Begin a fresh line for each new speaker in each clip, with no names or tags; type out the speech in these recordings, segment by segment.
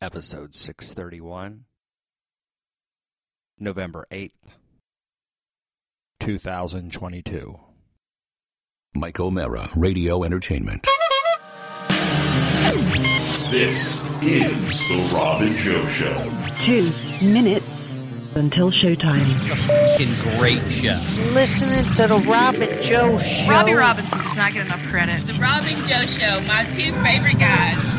episode 631, November 8th, 2022.
Mike O'Mara, Radio Entertainment.
This is the Rob and Joe Show.
two minutes until showtime.
fucking great show.
listening to the Robin Joe show.
Robbie Robinson does not get enough credit.
The Robin Joe Show, my two favorite guys.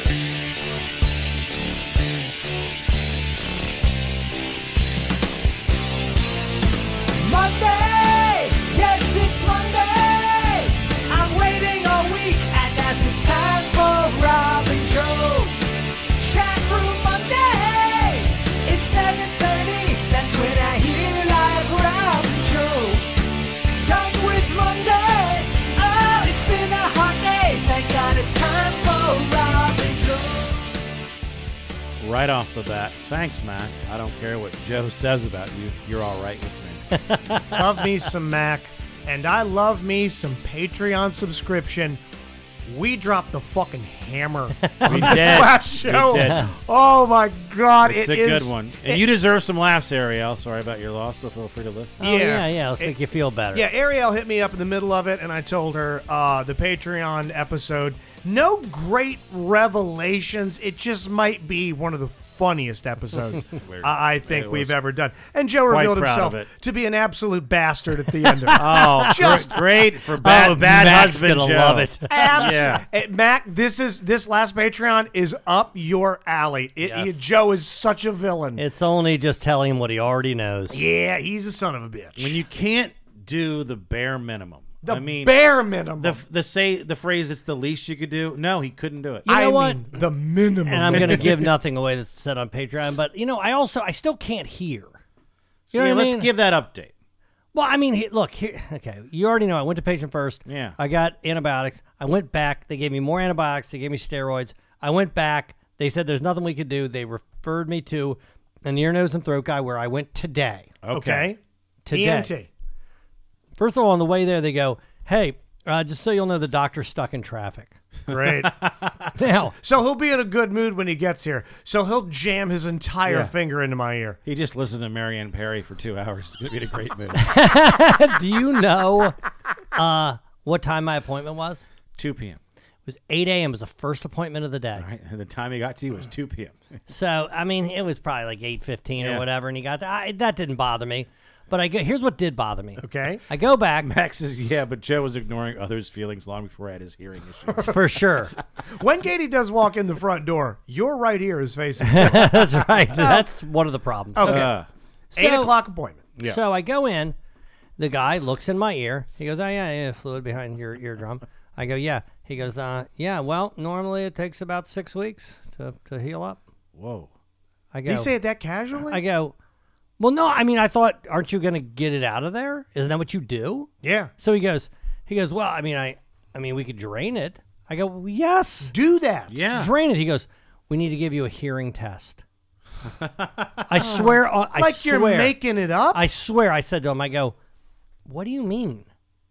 Monday! Yes, it's Monday! I'm waiting all week, and as it's time for Rob and Joe. Chat Room Monday! It's 7.30, that's when I hear live Rob and Joe. Done with Monday! Oh, it's been a hard day, thank God it's time for Rob and Joe.
Right off the bat, thanks, Mac. I don't care what Joe says about you. You're all right with me.
love me some Mac, and I love me some Patreon subscription. We dropped the fucking hammer on
We
this
did.
last
We
show.
did.
Oh my god,
It's
it
a
is-
good one. And
it-
you deserve some laughs, Ariel. Sorry about your loss, so feel free to listen.
yeah, Oh, yeah,
let's make you feel better.
Yeah, Ariel hit me up in the middle of it, and I told her uh, the Patreon episode. No great revelations. It just might be one of the funniest episodes I I think
It
we've
was.
ever done. And Joe
Quite
revealed
proud of
himself
it.
to be an absolute bastard at the end of it.
Oh,
Just-
gr- great for bad,
Oh,
bad
Mac's
husband,
gonna
Joe.
love it.
Abs-
Yeah.
Eh, Mac, this is this last Patreon is up your alley. It,
Yes.
you- Joe is such a villain.
It's only just telling him what he already knows.
yeah, he's a son of a bitch.
When you can't do the bare minimum,
the
I mean,
bare minimum.
the the say the phrase "it's the least you could do." No, he couldn't do it.
You know
I
what?
mean, the minimum.
and I'm going to give nothing away that's said on Patreon. But you know, I also I still can't hear.
So,
You know
yeah,
what I
let's
mean?
give that update.
Well, I mean, he- look here. Okay, you already know I went to patient first.
Yeah.
I got antibiotics. I went back. They gave me more antibiotics. They gave me steroids. I went back. They said there's nothing we could do. They referred me to an ear, nose, and throat guy where I went today.
okay. E
Today.
ENT.
First of all, on the way there, they go, "Hey, uh, just so you'll know, the doctor's stuck in traffic."
Great.
Now,
so he'll be in a good mood when he gets here. So he'll jam his entire
Yeah.
finger into my ear.
He just listened to Marianne Perry for two hours. It's gonna be in a great mood.
do you know uh, what time my appointment was?
two p.m.
It was 8 a.m. It was the first appointment of the day.
Right, and the time he got to you was two p.m.
So I mean, it was probably like eight fifteen
Yeah.
or whatever, and he got that. I, that didn't bother me, but I go, here's what did bother me.
Okay.
I go back
Max says, "Yeah, but Joe was ignoring others' feelings long before I had his hearing issue."
for sure.
When Katie does walk in the front door, your right ear is facing. you.
That's right. That's one of the problems.
Okay.
Uh,
Eight
So-
o'clock appointment.
Yeah.
So I go in. The guy looks in my ear. He goes, "Oh yeah, yeah, fluid behind your eardrum." I go, "Yeah." He goes, "Uh, yeah. Well, normally it takes about six weeks to, to heal up."
whoa.
I go.
Did he say it that casually?
I go. Well, no. I mean, I thought, aren't you going to get it out of there? Isn't that what you do?
yeah.
So he goes, he goes, well, I mean, I, I mean, we could drain it. I go, well, yes,
Do that.
Yeah.
drain it. He goes, we need to give you a hearing test. I swear, on, I
Like
swear,
you're making it up.
I swear, I said to him, I go, what do you mean?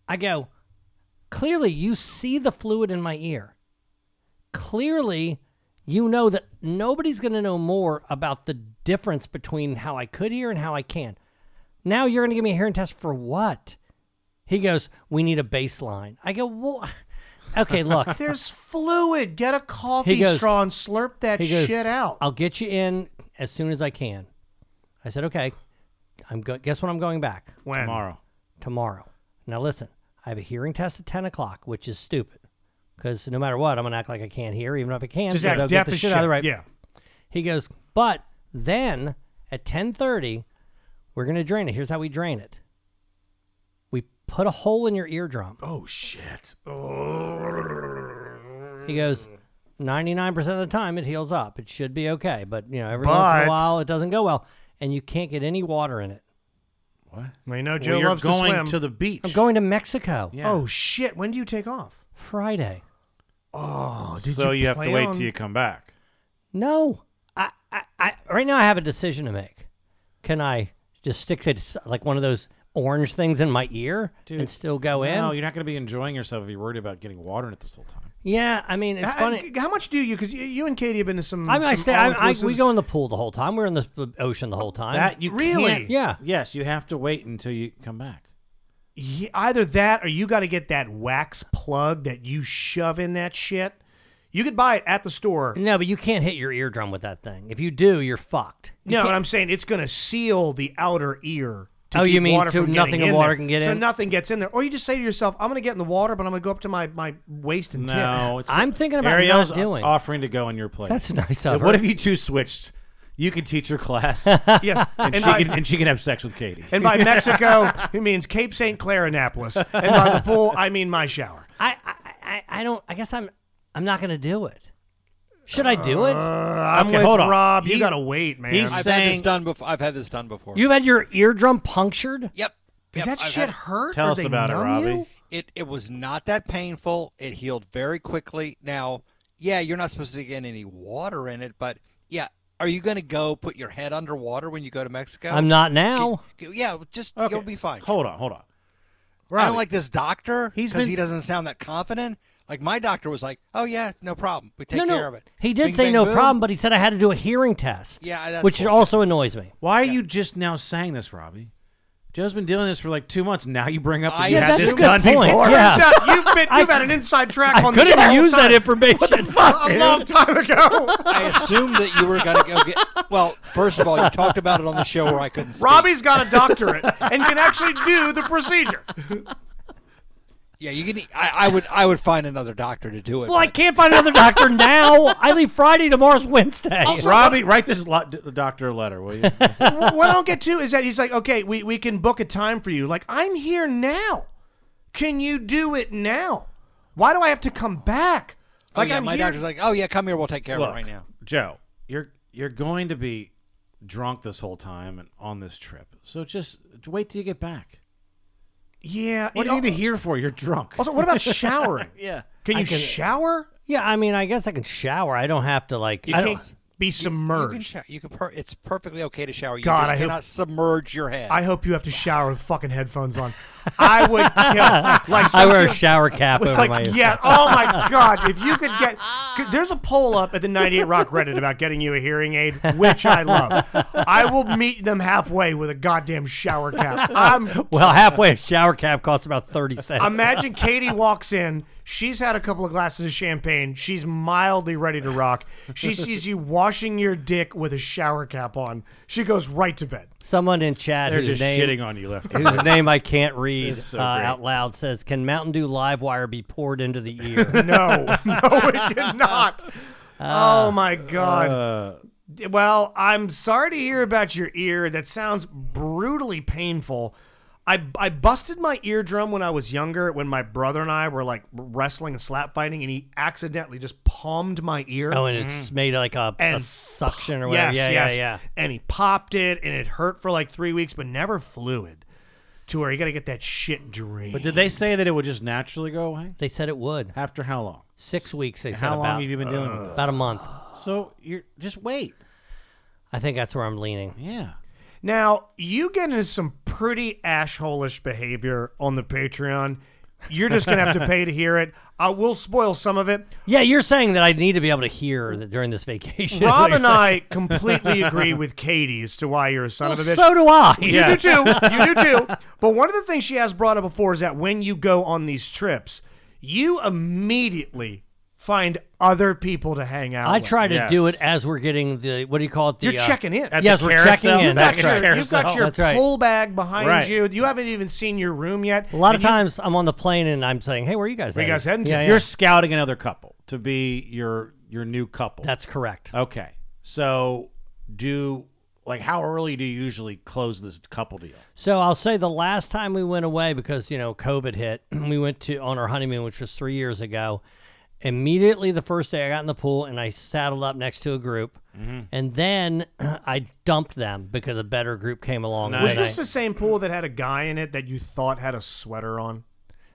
I go, clearly you see the fluid in my ear. Clearly, you know that nobody's going to know more about the difference between how I could hear and how I can. Now you're going to give me a hearing test for what? He goes, We need a baseline. I go, Well, okay, look.
There's fluid. Get a coffee
He goes-
straw and slurp that
He goes,
shit out.
I'll get you in as soon as I can. I said, Okay. I'm go- guess when I'm going back?
when?
Tomorrow.
Tomorrow. Now listen, I have a hearing test at 10 o'clock, which is stupid. Because no matter what, I'm going to act like I can't hear, even if I can.
Just
so I
act
don't get
deaf
the
as
shit
shit.
out of the right.
Yeah.
He goes, but then at 10:30, we're gonna drain it. Here's how we drain it. We put a hole in your eardrum.
Oh shit. Oh.
He goes,
99% of the time it heals up. It should be okay, but you know, every once in
But-
a while it doesn't go well and you can't get any water in it.
What?
Well, you know,
Well,
Joe
you're
loves
going
to swim.
to
the beach.
I'm going to Mexico.
Oh shit! When do you take off?
Friday.
Oh, did
so you, have to
plan
wait
on-
till you come back.
No. I, I, I right now I have a decision to make. Can I just stick to s- like one of those orange things in my ear and still go in?
No, you're not going to be enjoying yourself if you're worried about getting water in it this whole time.
yeah, I mean, it's
Uh,
funny.
g- How much do you? Because you, you and Katie have been to some.
I mean, I
some
stay. I, I, we
all-inclusives.
go in the pool the whole time. We're in the s- ocean the whole time.
That you
Really?
can't-
Yeah.
Yes, you have to wait until you come back.
Ye- either that or you got to get that wax plug that you shove in that shit. You could buy it at the store.
No, but you can't hit your eardrum with that thing. If you do, you're fucked. You
no,
can't-
but I'm saying it's going to seal the outer ear. To
Oh, you
keep
mean
water
so
from
nothing
getting
of
in
water
there.
can get
so
in?
nothing gets in there. Or you just say to yourself, "I'm going to get in the water, but I'm going to go up to my, my waist and
No,
tits."
it's Ariel's offering to go in your place.
That's nice
Now,
of
What
her.
if you two switched? You can teach her class.
Yeah,
and,
and
she
I-
can and she can have sex with Katie.
And by Mexico, it means Cape St. Clair Annapolis. And by the pool, I mean my shower.
I, I, I, I don't. I guess I'm. I'm not gonna do it. Should I do
Uh.
it?
I'm with Rob. you gotta wait, man.
he's
I've had this
saying-
done before. I've had this done before.
You've had your eardrum punctured.
Yep.
Does
Yep,
that
I've
shit
had-
hurt? Tell Or us they about it, numb Robbie. you?
It it was not that painful. It healed very quickly. Now, yeah, you're not supposed to get any water in it, but yeah, are you going to go put your head underwater when you go to Mexico?
I'm not now.
G- g- yeah, just you'll be fine.
Hold on, hold on.
I
Robbie.
don't like this doctor
He's
because
been-
he doesn't sound that confident. Like my doctor was like, "Oh yeah, no problem. We take
no, no.
care of it."
He did
Bing,
say
bang,
no
boom.
problem, but he said I had to do a hearing test.
Yeah, that's
which
bullshit.
also annoys me.
Why are you just now saying this, Robbie? Joe's been doing this for like two months. Now you bring up that
I-
you
Yeah,
had
that's
this
a good
done
point,
before.
yeah.
Turns out you've been, you've had an inside track
I
on
could've
this the
used that
information what the fuck, a long time ago.
I assumed that you were going to go get. Well, first of all, you talked about it on the show where I couldn't. Speak.
Robbie's got a doctorate and can actually do the procedure.
Yeah, you can. e, I, I would. I would find another doctor to do it.
Well, I
but-
can't find another doctor now. I leave Friday. Tomorrow's Wednesday.
Robbie, write this lo- d- doctor a letter, will you?
what I don't get too is that he's like, okay, we, we can book a time for you. Like, I'm here now. Can you do it now? Why do I have to come back?
Oh,
Like,
yeah,
I'm
my
here.
doctor's like, "Oh yeah, come here. We'll take care of
Look,
it right now."
Joe, you're you're going to be drunk this whole time and on this trip. So just wait till you get back.
yeah.
What do you need to hear for? You're drunk.
Also, what about showering?
yeah.
Can
I
you
can-
shower?
Yeah, I mean, I guess I can shower. I don't have to like.
You
I don't-
can't be
You can.
submerged.
Shower, you can. Per, it's perfectly okay to shower. You
God,
just
I hope-
cannot submerge your head.
I hope you have to shower with fucking headphones on. I would kill. Like
I wear a
something-
shower cap
with
over
like,
my.
yeah. Oh my god! If you could get, could- there's a poll up at the 98 Rock Reddit about getting you a hearing aid, which I love. I will meet them halfway with a goddamn shower cap. I'm.
Well, halfway a shower cap costs about thirty cents.
Imagine Katie walks in. She's had a couple of glasses of champagne. She's mildly ready to rock. She sees you washing your dick with a shower cap on. She goes right to bed.
Someone in chat
They're
whose
just
name,
shitting on you left. and
whose
right.
name I can't read
This is so
uh,
great.
out loud says, "Can Mountain Dew Live Wire be poured into the ear?"
No, no, it cannot. oh my god.
Uh,
D- Well, I'm sorry to hear about your ear. That sounds brutally painful. I, I busted my eardrum when I was younger when my brother and I were like wrestling and slap fighting, and he accidentally just palmed my ear.
oh, and
Mm-hmm.
it's made like a, a
And-
suction or whatever.
Yes,
yeah,
yes.
yeah, yeah.
And he popped it, and it hurt for like three weeks, but never fluid. To where you got to get that shit drained.
but did they say that it would just naturally go away
They said it would.
after how long?
Six weeks. They said
How long
about,
have you been dealing with
about a month.
this? So you're just wait.
I think that's where I'm leaning.
Yeah.
Now, you get into some pretty assholish behavior on the Patreon. You're just going to have to pay to hear it. I will spoil some of it.
Yeah, you're saying that I need to be able to hear that during this vacation.
Rob and I completely agree with Katie as to why you're a son
Well,
of a bitch.
so do I.
you do too. You do too. But one of the things she has brought up before is that when you go on these trips, you immediately find other people to hang out.
I
with.
try to do
Yes.
it as we're getting the what do you call it? The,
You're
uh,
checking in. At
the
yes, we're
carousel.
checking
You've
in.
got
That's
your-
right. Oh,
You've got your
That's right.
whole bag behind
Right.
you. You haven't even seen your room yet.
A lot of
And you-
times I'm on the plane and I'm saying, "Hey, where are you guys?
Where you guys heading to?
Yeah, yeah.
You're scouting another couple to be your your new couple.
That's correct.
okay. So do like how early do you usually close this couple deal?
So I'll say the last time we went away because you know COVID hit, we went to on our honeymoon, which was three years ago, immediately the first day I got in the pool and I saddled up next to a group,
Mhm.
and then I dumped them because a better group came along.
Was
and
this
I-
the same pool that had a guy in it that you thought had a sweater on?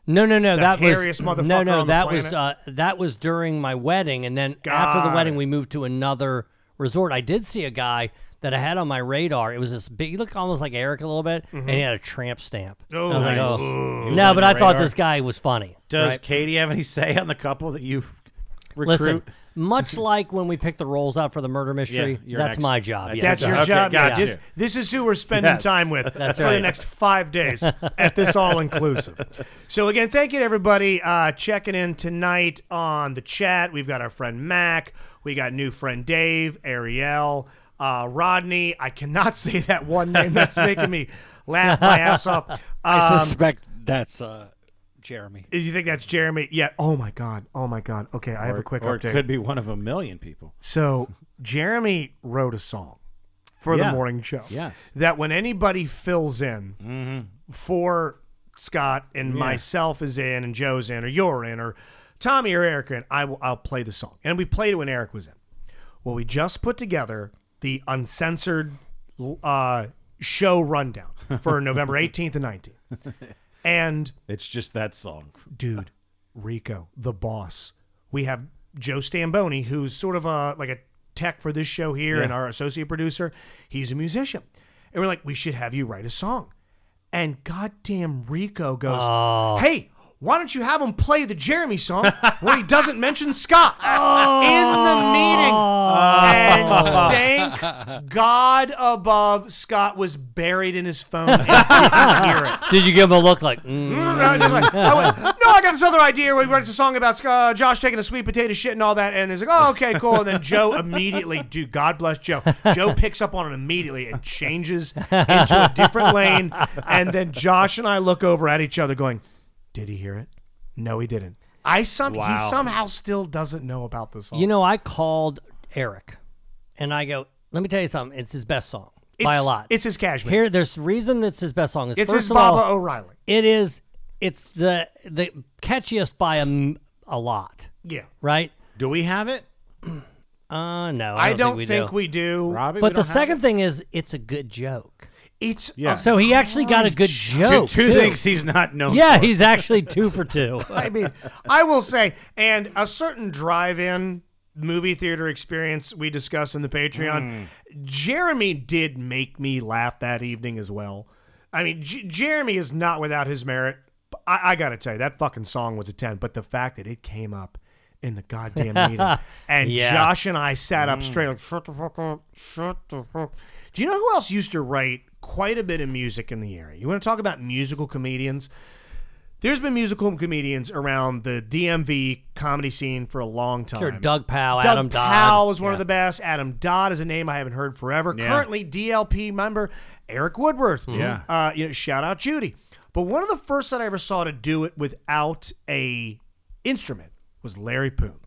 No, no, no.
The
that was
hairiest motherfucker
no, no.
on the
that was uh,
planet?
that was during my wedding, and then after
Got
the wedding, we moved to another resort. I did see a guy that I had on my radar. It was this big. He looked almost like Eric a little bit, and he
Mhm.
had a tramp stamp. And
Oh,
I was like,
nice.
oh.
Ooh.
no, but I thought
Radar.
this guy was funny.
Does
right?
Katie have any say on the couple that you recruit?
Listen, much like when we pick the roles out for the murder mystery,
you're
that's
next.
my job.
That's
yeah.
That's your job.
got
now.
you.
This, this is who we're spending
Yes.
time with
That's
for
right.
the next five days at this all inclusive. So again, thank you to everybody uh, checking in tonight on the chat. We've got our friend Mac. We got new friend Dave, Ariel, uh, Rodney. I cannot say that one name. That's making me laugh my ass off.
I
Um,
suspect that's uh, Jeremy.
you think that's Jeremy? Yeah. Oh my God. Oh my God. Okay, I have
Or-
a quick
or it
update.
could be one of a million people.
So Jeremy wrote a song for
Yeah.
the morning show.
Yes. Mm-hmm.
That when anybody fills in for Scott and
Yeah.
myself is in and Joe's in or you're in or Tommy or Eric in, I will I'll play the song. And we played it when Eric was in. Well, we just put together the uncensored uh, show rundown for November 18th and 19th. And
It's just that song.
dude, Rico, the boss. We have Joe Stamboni, who's sort of a like a tech for this show here,
Yeah.
and our associate producer. He's a musician, and we're like, we should have you write a song. And goddamn, Rico goes,
Oh.
hey. Why don't you have him play the Jeremy song where he doesn't mention Scott in the meeting? And thank God above, Scott was buried in his phone. And didn't hear it.
Did you give him a look like? mm,
Mm-hmm. I just went- I went, no, I got this other idea where he writes a song about uh, Josh taking a sweet potato shit and all that. And he's like, oh, okay, cool. And then Joe immediately, dude, God bless Joe. Joe picks up on it immediately and changes into a different lane. And then Josh and I look over at each other going, did he hear it? No, he didn't. I some he
Wow.
somehow still doesn't know about the song.
You know, I called Eric, and I go, "Let me tell you something. It's his best song by a
It's-
lot.
it's his Cashmere.
Here, there's the reason it's his best song. Is
It's
first
his
of all,
Baba O'Reilly.
It is. It's the the catchiest by a, m- a lot.
Yeah.
Right.
Do we have it?
Uh no, I
I don't
don't, we
think
do.
we do.
Robbie, we
But the
don't have
second thing is, it's a good joke.
It's
Yeah.
a
So he actually got a good
Two-
joke.
two
too.
things he's not known.
Yeah,
for.
he's actually two for two.
I mean, I will say, and a certain drive-in movie theater experience we discuss in the Patreon, Jeremy did make me laugh that evening as well. I mean, J- Jeremy is not without his merit. I, I gotta tell you, that fucking song was a ten. But the fact that it came up in the goddamn meeting, and
Yeah.
Josh and I sat up straight, like shut the fuck up, shut the fuck. Do you know who else used to write quite a bit of music in the area? You want to talk about musical comedians? There's been musical comedians around the DMV comedy scene for a long time.
Sure, Doug Powell,
Doug
Adam Dodd.
Powell was one of
Yeah.
the best. Adam Dodd is a name I haven't heard forever.
Yeah.
Currently, DLP member Eric Woodworth.
Mm-hmm.
Yeah.
Uh, you know, shout out Judy. But one of the first that I ever saw to do it without a instrument was Larry Poon,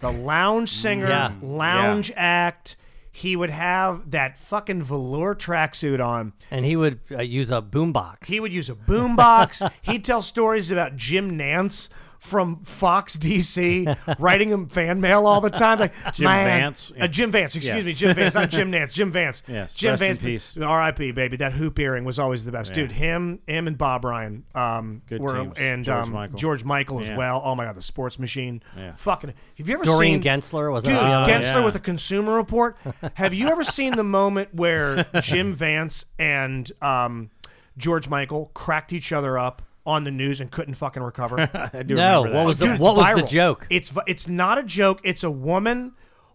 the lounge singer,
Mm, Yeah.
lounge act. He would have that fucking velour tracksuit on.
and he would uh, use a boombox.
He would use a boombox. He'd tell stories about Jim Nance from Fox DC, writing him fan mail all the time. Like
Jim
"Man,"
Vance?
uh, Jim Vance. Excuse
Yes.
me, Jim Vance, not Jim Nance. Jim Vance.
Yes,
Jim
rest in
Vance.
peace.
R.I.P. Baby. That hoop earring was always the best, dude. Him, him, and Bob Ryan. Um,
Good
were
teams.
and
George
um,
Michael.
George Michael as
Yeah.
well. Oh my God, the Sports Machine.
Yeah.
Fucking. Have you ever
Doreen
seen
Gensler was
Dude,
another one.
Gensler
yeah.
with a Consumer Report. Have you ever seen the moment where Jim Vance and um, George Michael cracked each other up on the news and couldn't fucking recover?
I do
No,
remember
what
that.
was the
Oh, Dude, it's
what was the
viral.
joke?
It's vi- it's not a joke. It's a woman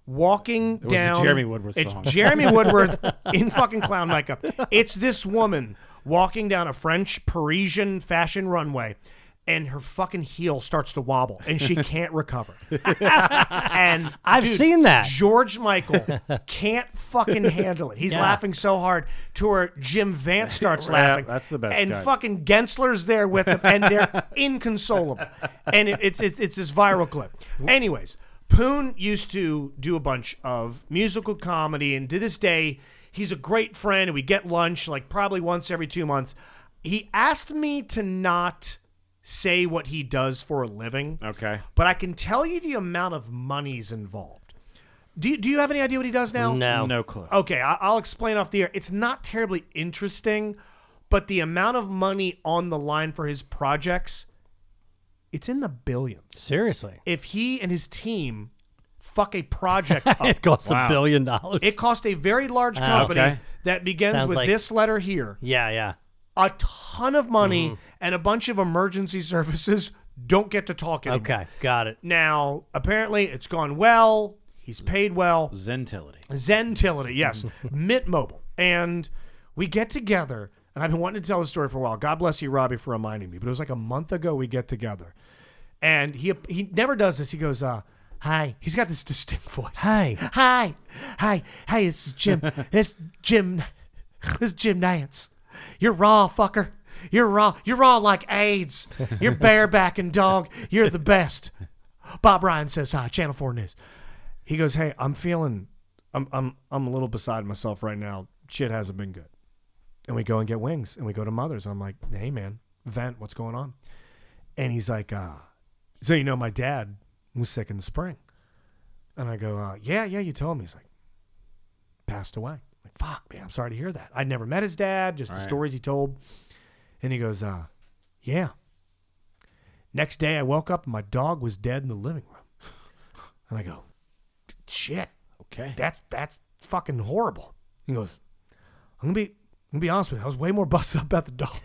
walking
was a
down.
Jeremy Woodworth
It's
song.
Jeremy Woodworth in fucking clown makeup. It's this woman walking down a French Parisian fashion runway. And her fucking heel starts to wobble, and she can't recover. and
I've
dude,
seen that.
George Michael can't fucking handle it. He's
Yeah.
laughing so hard to where Jim Vance starts
Yeah,
laughing.
that's the best
And
guy.
fucking Gensler's there with them, and they're inconsolable. And it, it's, it's it's this viral clip. Anyways, Poon used to do a bunch of musical comedy, and to this day, he's a great friend. And we get lunch like probably once every two months. He asked me to not say what he does for a living.
Okay.
But I can tell you the amount of money's involved. Do you, do you have any idea what he does now?
No.
No clue.
Okay, I, I'll explain off the air. It's not terribly interesting, but the amount of money on the line for his projects, it's in the billions.
Seriously.
If he and his team fuck a project up,
It costs a Wow. billion dollars.
Oh, It cost a very large
Ah,
company
okay.
that begins
Sounds
with
like-
this letter here.
Yeah, yeah.
A ton of money
Mhm.
and a bunch of emergency services don't get to talk anymore.
Okay, got it.
Now, apparently, it's gone well. He's paid well.
Zentility.
Zentility, yes. Mint Mobile. And we get together, and I've been wanting to tell this story for a while. God bless you, Robbie, for reminding me. But it was like a month ago we get together. And he he never does this. He goes, uh, hi. He's got this distinct voice.
Hi.
Hi. Hi. Hey, this is Jim. this Jim. This is Jim Nance. You're raw, fucker. You're raw. You're raw like AIDS. You're barebacking dog. You're the best. Bob Ryan says hi. Channel Four News. He goes, hey, I'm feeling, I'm I'm I'm a little beside myself right now. Shit hasn't been good. And we go and get wings, and we go to Mother's. I'm like, hey man, vent. What's going on? And he's like, uh, so you know, my dad was sick in the spring. And I go, uh, yeah, yeah, you told me. He's like, passed away. like, fuck, man, I'm sorry to hear that. I never met his dad, just the
Right.
stories he told. And he goes, uh, yeah. Next day I woke up and my dog was dead in the living room. And I go, shit.
Okay.
That's that's fucking horrible. He goes, I'm gonna be I'm gonna be honest with you, I was way more busted up about the dog.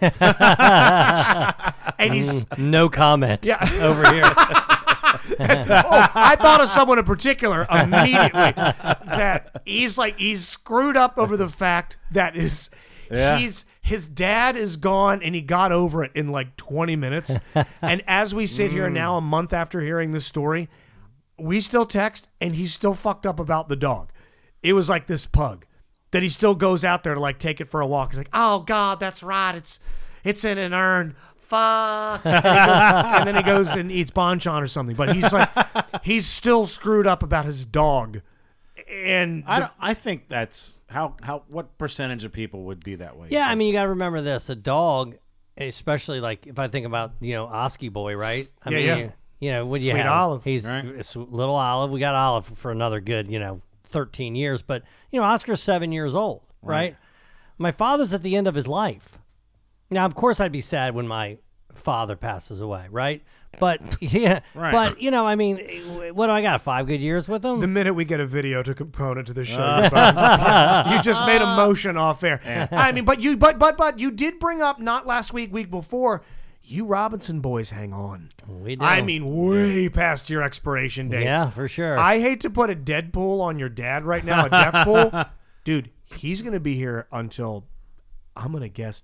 and he's
Mm, no comment.
Yeah.
Over here.
oh, I thought of someone in particular immediately that he's like he's screwed up over the fact that is
Yeah.
he's his dad is gone and he got over it in like 20 minutes. and as we sit
Mm.
here now a month after hearing this story, we still text and he's still fucked up about the dog. It was like this pug that he still goes out there to like take it for a walk. He's like, "Oh god, that's right. It's it's in an urn." Fuck. And, he goes- and then he goes and eats bonchon or something. But he's like, he's still screwed up about his dog. And
I,
the-
don't, I think that's how how what percentage of people would be that way?
Yeah, I mean, you got to remember this: a dog, especially like if I think about you know Oski Boy, right? I
Yeah,
mean,
yeah.
You, you know, what do you
Sweet
have?
Olive,
He's
right?
it's little Olive. We got Olive for another good, you know, thirteen years. But you know, Oscar's seven years old, right?
Right.
My father's at the end of his life. Now, of course, I'd be sad when my father passes away, right? But yeah,
Right.
but you know, I mean, what do I got? Five good years with him.
the minute we get a video to component to this show,
Uh.
you're boned. you just made a motion off air. I mean, but you, but but but you did bring up not last week, week before. You Robinson boys, hang on.
We do.
I mean, way past your expiration date.
Yeah, for sure.
I hate to put a Deadpool on your dad right now, a Deathpool. Dude, he's going to be here until, I'm going to guess,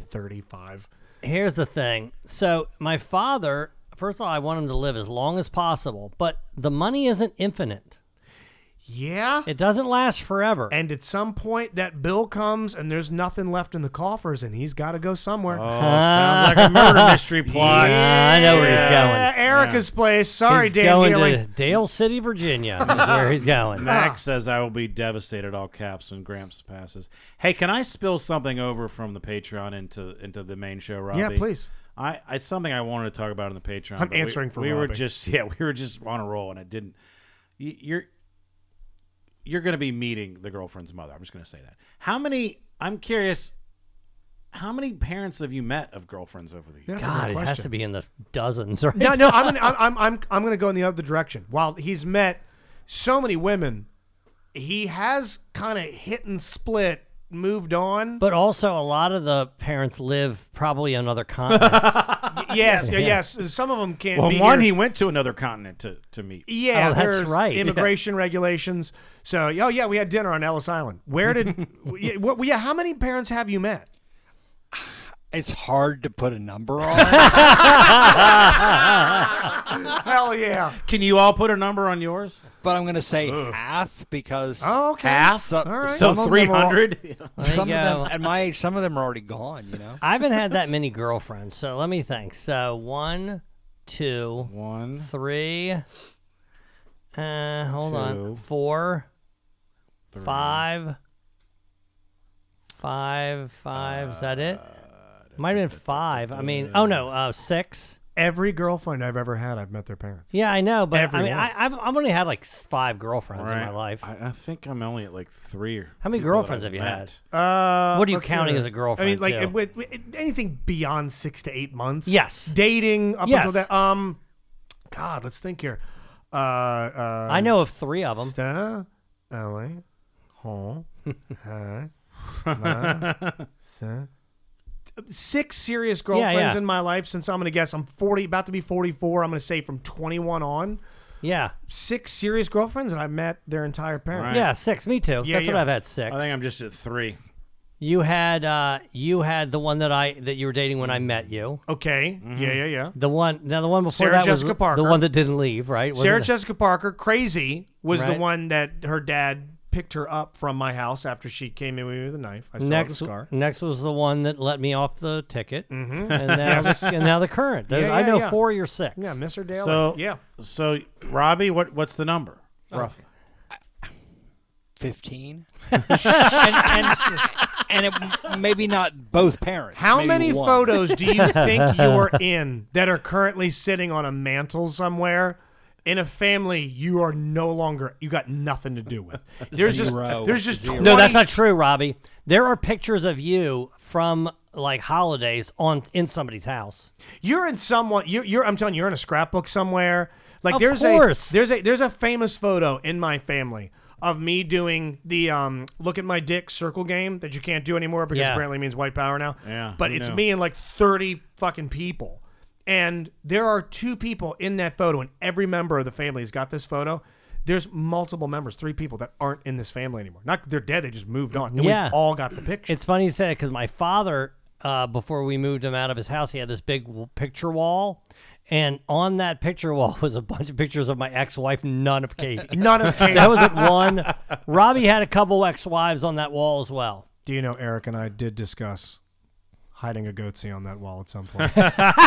2035.
Here's the thing. So my father, first of all, I want him to live as long as possible, but the money isn't infinite.
Yeah.
It doesn't last forever.
And at some point, that bill comes and there's nothing left in the coffers, and he's got to go somewhere.
Oh, sounds like a murder mystery plot.
Yeah, I know where he's
Yeah,
going.
Erica's place. Sorry,
he's
Dan
going
Healy.
to Dale City, Virginia. is where he's going.
Max says, I will be devastated, all caps, and Gramps passes. Hey, can I spill something over from the Patreon into into the main show, Robbie?
Yeah, please.
I, I something I wanted to talk about in the Patreon.
I'm
but we-
answering for
We were
Robbie.
just yeah, we were just on a roll, and it didn't. y- You're you're going to be meeting the girlfriend's mother. I'm just going to say that. How many? I'm curious. How many parents have you met of girlfriends over the years?
That's a
God,
good
it has
question.
to be in the dozens, right?
No, no, I'm gonna, I'm, I'm, I'm, I'm gonna go in the other direction. While he's met so many women, he has kind of hit and split, moved on.
But also, a lot of the parents live probably on other continents.
yes,
uh, Yeah.
yes, some of them can't.
Well,
be
one
here.
he went to another continent to to meet.
Yeah,
Oh, that's
there's
right.
Immigration regulations. So, oh yeah, we had dinner on Ellis Island. Where did? yeah, what, yeah, how many parents have you met?
It's hard to put a number on.
Hell yeah.
Can you all put a number on yours?
but I'm going to say half because
Oh, okay.
Half?
so,
All right.
some
So
of them are-
300?
you
Some of them
go.
at my age, some of them are already gone. You know,
I haven't had that many girlfriends, so let me think. So one, two,
One.
three, uh, hold
Two.
on, four,
Uh,
five, five, five. is that it? Might have been five. I mean, oh no, uh, six.
Every girlfriend I've ever had, I've met their parents.
Yeah, I know, but I
Everyone.
mean, I, I've, I've only had like s- five girlfriends in my
Right.
life.
I, I think I'm only at like three. or-
How many
people that
girlfriends
I've
have you
met.
had? What are you
Uh, let's
counting
see.
as a girlfriend,
I mean, like
too?
with, with- anything beyond six to eight months.
Yes.
dating up
Yes.
until that. Um, God, let's think here. Uh, uh
um,
I know of three of them.
Sta, Ellie, Hall, Hi, Ma, Sa- Six serious girlfriends
yeah.
in my life since I'm gonna guess I'm 40, about to be 44. I'm gonna say from 21 on.
Yeah.
Six serious girlfriends, and I met their entire parents.
Yeah, six. Me too.
Yeah,
That's what
yeah.
I've had six.
I think I'm just at three.
You had uh, you had the one that I that you were dating when I met you.
Okay.
Mm-hmm.
Yeah, yeah, yeah.
The one now the one before
Sarah
that
Jessica
was
Parker.
the one that didn't leave, right? Wasn't
Sarah
it?
Jessica Parker, crazy, was the
Right.
one that her dad picked her up from my house after she came in with me with a knife. I saw the
next
scar.
next was the one that let me off the ticket,
Mhm.
and now
Yes.
the, and now the current. There's-
Yeah,
I
yeah,
know
yeah.
four. You're six.
Yeah, Mr. Dale.
So
yeah.
So Robbie, what what's the number? Rough.
15 and, and, and it, maybe not both parents
How
maybe
many
one.
photos do you think you're in that are currently sitting on a mantle somewhere? In a family, you are no longer you got nothing to do with. There's
Zero.
just there's just
Zero.
20,
no. That's not true, Robbie. There are pictures of you from like holidays on in somebody's house.
You're in someone. You're, you're. I'm telling you, you're in a scrapbook somewhere. Like
Of
there's
course.
a there's a there's a famous photo in my family of me doing the um look at my dick circle game that you can't do anymore because
Yeah.
apparently it means white power now.
Yeah,
But
we
it's
know.
me and like 30 fucking people. And there are two people in that photo, and every member of the family has got this photo. There's multiple members, three people that aren't in this family anymore. Not they're dead; they just moved on. And
yeah,
we've all got the picture.
It's funny you say it because my father, uh, before we moved him out of his house, he had this big w- picture wall, and on that picture wall was a bunch of pictures of my ex-wife, none of Katie,
None of Katie.
that was at one. Robbie had a couple ex-wives on that wall as well.
Do you know Eric and I did discuss hiding a goatsey on that wall at some point?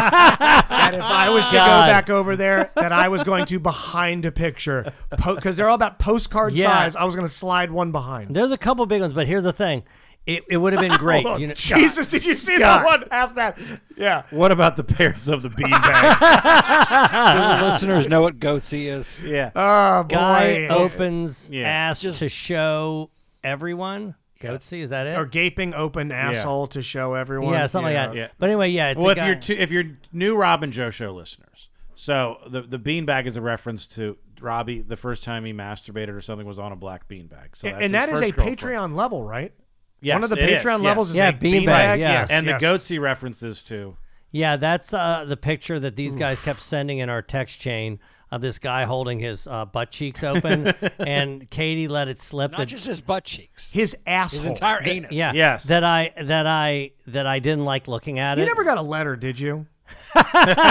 that if I was to
God.
go back over there, that I was going to behind a picture because they're all about postcard
Yeah.
size. I was going to slide one behind.
There's a couple big ones, but here's the thing: it, it would have been great.
Oh,
you know-
Jesus, did you see that one? Ask that. Yeah.
What about the pairs of the beanbag?
Do the listeners know what goatsy is
yeah.
Oh, boy.
guy opens
Yeah.
ass to show everyone. Goatsy, is that it?
or gaping open asshole to show everyone.
yeah, something like that.
Yeah.
But anyway, yeah. It's
well,
a
if
guy-
you're two, if you're new Robin Joe Show listeners, so the the beanbag is a reference to Robbie. The first time he masturbated or something was on a black beanbag. So that's
and that
his
is
first
a
girlfriend.
Patreon level, right?
Yes,
one of the
it is,
Patreon
yes.
levels is
Yeah,
a
beanbag,
beanbag.
yeah.
Yes,
and
yes.
the goatsy references to.
Yeah, that's uh, the picture that these guys kept sending in our text chain of this guy holding his uh, butt cheeks open, and Katie let it slip.
not
that,
just his butt cheeks
His asshole.
his entire anus
yeah,
Yes.
that I that I that I didn't like looking at
you
it.
never got a letter, did you?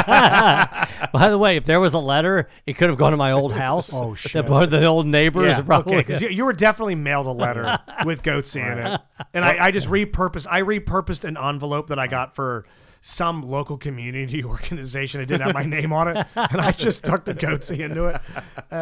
By the way, if there was a letter, it could have gone to my old house. oh
shit.
The, the old neighbors
Yeah,
probably.
okay, 'cause you, you were definitely mailed a letter with goatsy in it, and I, I just repurposed. I repurposed an envelope that I got for some local community organization. It didn't have my name on it, and I just stuck the goatsy into it.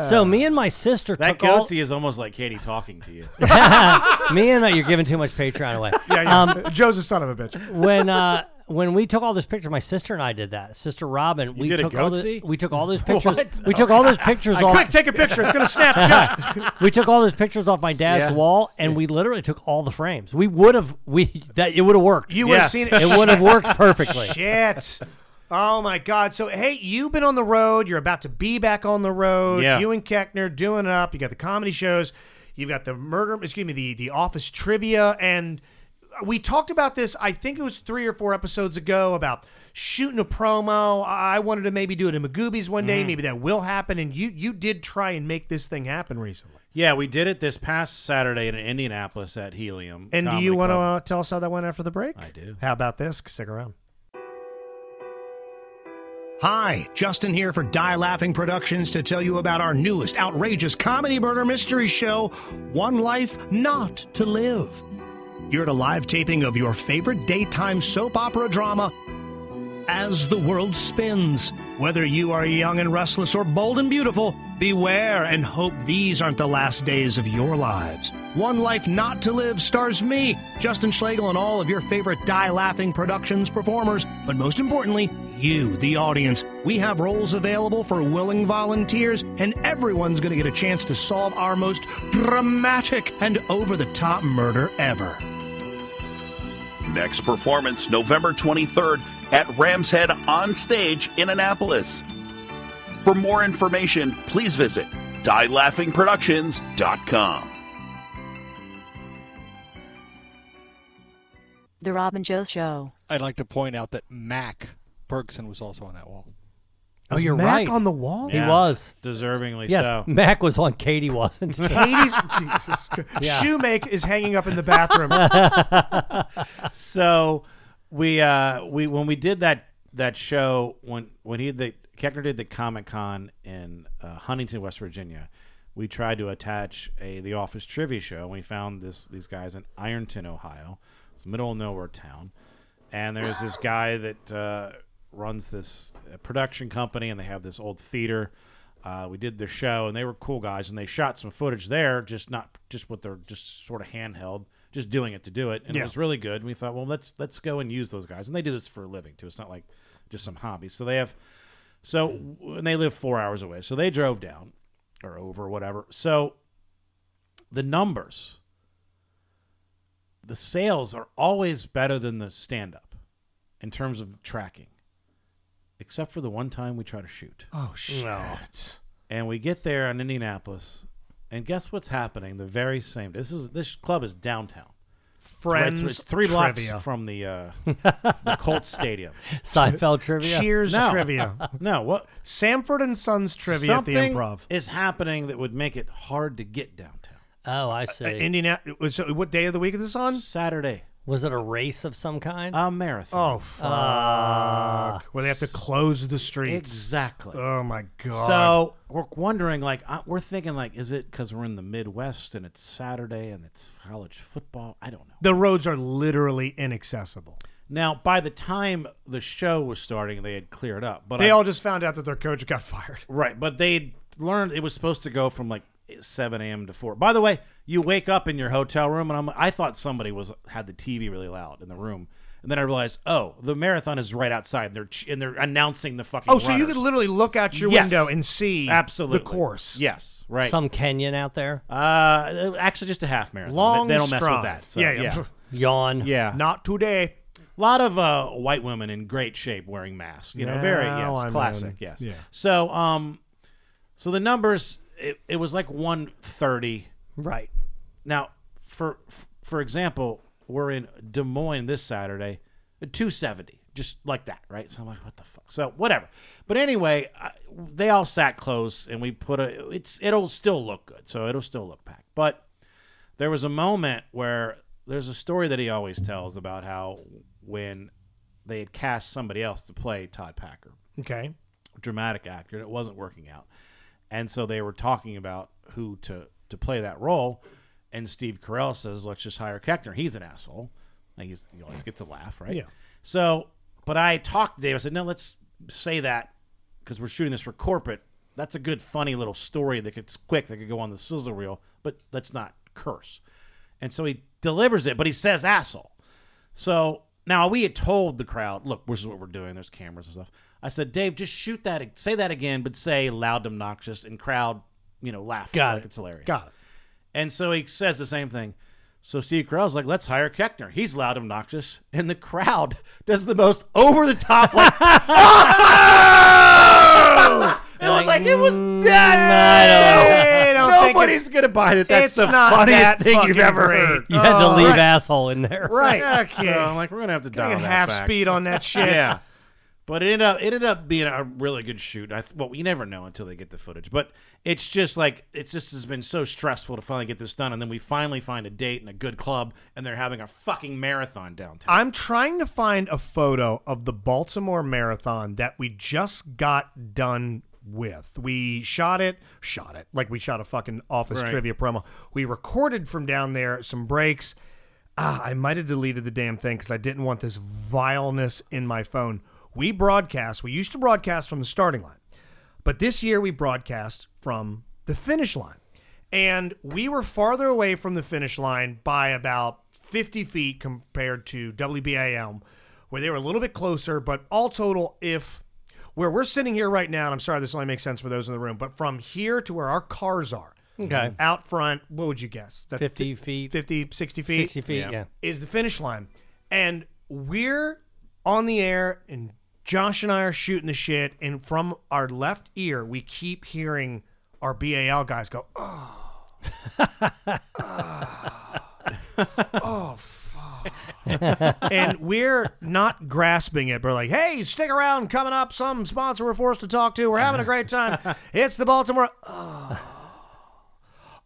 so me and my sister
That
took all,
goatsy is almost like Katie talking to you.
me and uh, you're giving too much Patreon away.
Yeah, yeah. Joe's a son of a bitch.
when uh when we took all those pictures, my sister and I did that. Sister Robin, we
did a
took all the,
goatsee?
we took all those pictures.
What?
We took all those pictures off.
Quick, take a picture. It's gonna snapshot.
we took all those pictures off my dad's
Yeah.
wall, and we literally took all the frames. We would have we that it would have worked.
You would have
Yes.
seen it.
it would have worked perfectly.
Shit. Oh my God! So hey, you've been on the road. You're about to be back on the road.
Yeah.
You and Keckner doing it up. You got the comedy shows. You've got the murder. Excuse me, the the office trivia, and we talked about this. I think it was three or four episodes ago about shooting a promo. I I wanted to maybe do it in Magoobies one day. Maybe that will happen. And you you did try and make this thing happen recently.
yeah, we did it this past Saturday in Indianapolis at Helium.
And do
Comedy
you want to
Club.
uh, tell us how that went after the break?
I do.
How about this? Stick around.
Hi, Justin here for Die Laughing Productions to tell you about our newest outrageous comedy murder mystery show, One Life Not to Live. You're at a live taping of your favorite daytime soap opera drama, as the world spins. Whether you are young and restless or bold and beautiful, beware and hope these aren't the last days of your lives. One Life Not to Live stars me, Justin Schlegel, and all of your favorite Die Laughing Productions performers, but most importantly, you, the audience. We have roles available for willing volunteers, and everyone's going to get a chance to solve our most dramatic and over the top murder ever.
Next performance, November 23rd at Ram's Head on stage in Annapolis. For more information, please visit dielaughingproductions.com.
The Robin Joe Show.
I'd like to point out that Mac Bergson was also on that wall.
Oh, you're
Mac
right.
on the wall?
He was.
Deservingly
Yes,
so.
Mac was on. Katie wasn't.
Katie's Jesus.
Yeah.
Shoemaker is hanging up in the bathroom.
so we uh we when we did that that show when when he did the Keckner did the Comic Con in uh, Huntington, West Virginia, we tried to attach a the Office trivia show. And we found this these guys in Ironton, Ohio. It's a middle of nowhere town, and there's this guy that uh, runs this uh, production company, and they have this old theater. Uh, we did their show, and they were cool guys, and they shot some footage there, just not just with their just sort of handheld, just doing it to do it, and
Yeah.
it was really good. And we thought, well, let's let's go and use those guys, and they do this for a living too. It's not like just some hobby. So they have, so and they live four hours away, so they drove down or over whatever. So the numbers, the sales are always better than the stand up in terms of tracking, except for the one time we try to shoot.
Oh, shit.
And we get there in Indianapolis, and guess what's happening the very same This is this club is downtown.
Friends
It's- it's three
trivia.
blocks from the, uh, the Colts Stadium.
Seinfeld trivia?
Cheers
No.
trivia.
No, what?
Sanford and Sons trivia
Something
at the Improv.
is happening that would make it hard to get downtown.
Oh, I see.
Uh, Indiana. So what day of the week is this on?
Saturday.
Was it a race of some kind?
A marathon.
Oh fuck!
Ah.
Where they have to close the streets.
Exactly.
Oh my god.
So we're wondering, like, uh, we're thinking, like, is it because we're in the Midwest and it's Saturday and it's college football? I don't know.
the roads are literally inaccessible.
Now, by the time the show was starting, they had cleared up. But I-
they all just found out that their coach got fired.
right, but they learned it was supposed to go from like seven a.m. to four. By the way, you wake up in your hotel room, and I'm I thought somebody was had the TV really loud in the room, and then I realized, oh, the marathon is right outside. And they're ch- and they're announcing the fucking.
Oh, so you
runners.
could literally look out your
Yes.
window and see
absolutely
the course.
Yes, right.
Some Kenyan out there.
Uh, actually, just a half marathon. They-
Long
they, don't mess
stride.
with that. So,
Yeah,
yeah,
yeah.
Yawn.
Yeah.
Not today.
A lot of uh, white women in great shape wearing masks. You know,
Now
very yes,
I'm
classic.
in.
Yes.
oh, Yeah.
So, um, so the numbers, it, it was like one thirty.
Right.
Now, for for example, we're in Des Moines this Saturday, two seventy, just like that, right? So I'm like, what the fuck? So whatever. But anyway, I, they all sat close, and we put a. It's it'll still look good, so it'll still look packed. But there was a moment where there's a story that he always tells about how when they had cast somebody else to play Todd Packer,
Okay.
dramatic actor, and it wasn't working out. And so they were talking about who to to play that role, and Steve Carell says, "Let's just hire Keckner. He's an asshole. Like he's, he always gets a laugh, right?"
Yeah.
So, but I talked to Dave. I said, "No, let's say that because we're shooting this for corporate. That's a good, funny little story that could quick that could go on the sizzle reel. But let's not curse." And so he delivers it, but he says asshole. So now we had told the crowd, look, this is what we're doing. There's cameras and stuff. I said, Dave, just shoot that, say that again, but say loud, obnoxious, and crowd, you know, laugh.
Got
like
it.
It's hilarious.
Got it.
And so he says the same thing. So Steve Carell's like, let's hire Keckner. He's loud, obnoxious, and the crowd does the most over the top. Like, it was like it was
I
dead.
don't know. I don't think
Nobody's
it's-
gonna buy that. That's
it's
the
not
funniest
that
thing you've
fucking
ever
great.
heard.
You had to
Oh,
leave
right.
asshole in there.
Right.
So
Okay.
I'm like, we're gonna have to
Can I
dial
get
that
half
back.
speed on that shit.
Yeah, but it ended up it ended up being a really good shoot. I th- well, you never know until they get the footage. But it's just like it's just has been so stressful to finally get this done, and then we finally find a date and a good club, and they're having a fucking marathon downtown.
I'm trying to find a photo of the Baltimore Marathon that we just got done with. We shot it, shot it, like we shot a fucking office
Right.
trivia promo. We recorded from down there some breaks. Ah, I might have deleted the damn thing because I didn't want this vileness in my phone. we broadcast, we used to broadcast from the starting line, but this year we broadcast from the finish line. And we were farther away from the finish line by about 50 feet compared to WBAM, where they were a little bit closer. But all total, if where we're sitting here right now, and I'm sorry this only makes sense for those in the room, but from here to where our cars are,
Okay.
out front, what would you guess? That
50
fi- 50, 60 feet?
60 feet, Yeah. yeah.
Is the finish line. And we're on the air, and Josh and I are shooting the shit, and from our left ear, we keep hearing our BAL guys go, oh. oh, fuck. and we're not grasping it. But we're like, hey, stick around. Coming up, some sponsor we're forced to talk to. We're having a great time. It's the Baltimore. Oh,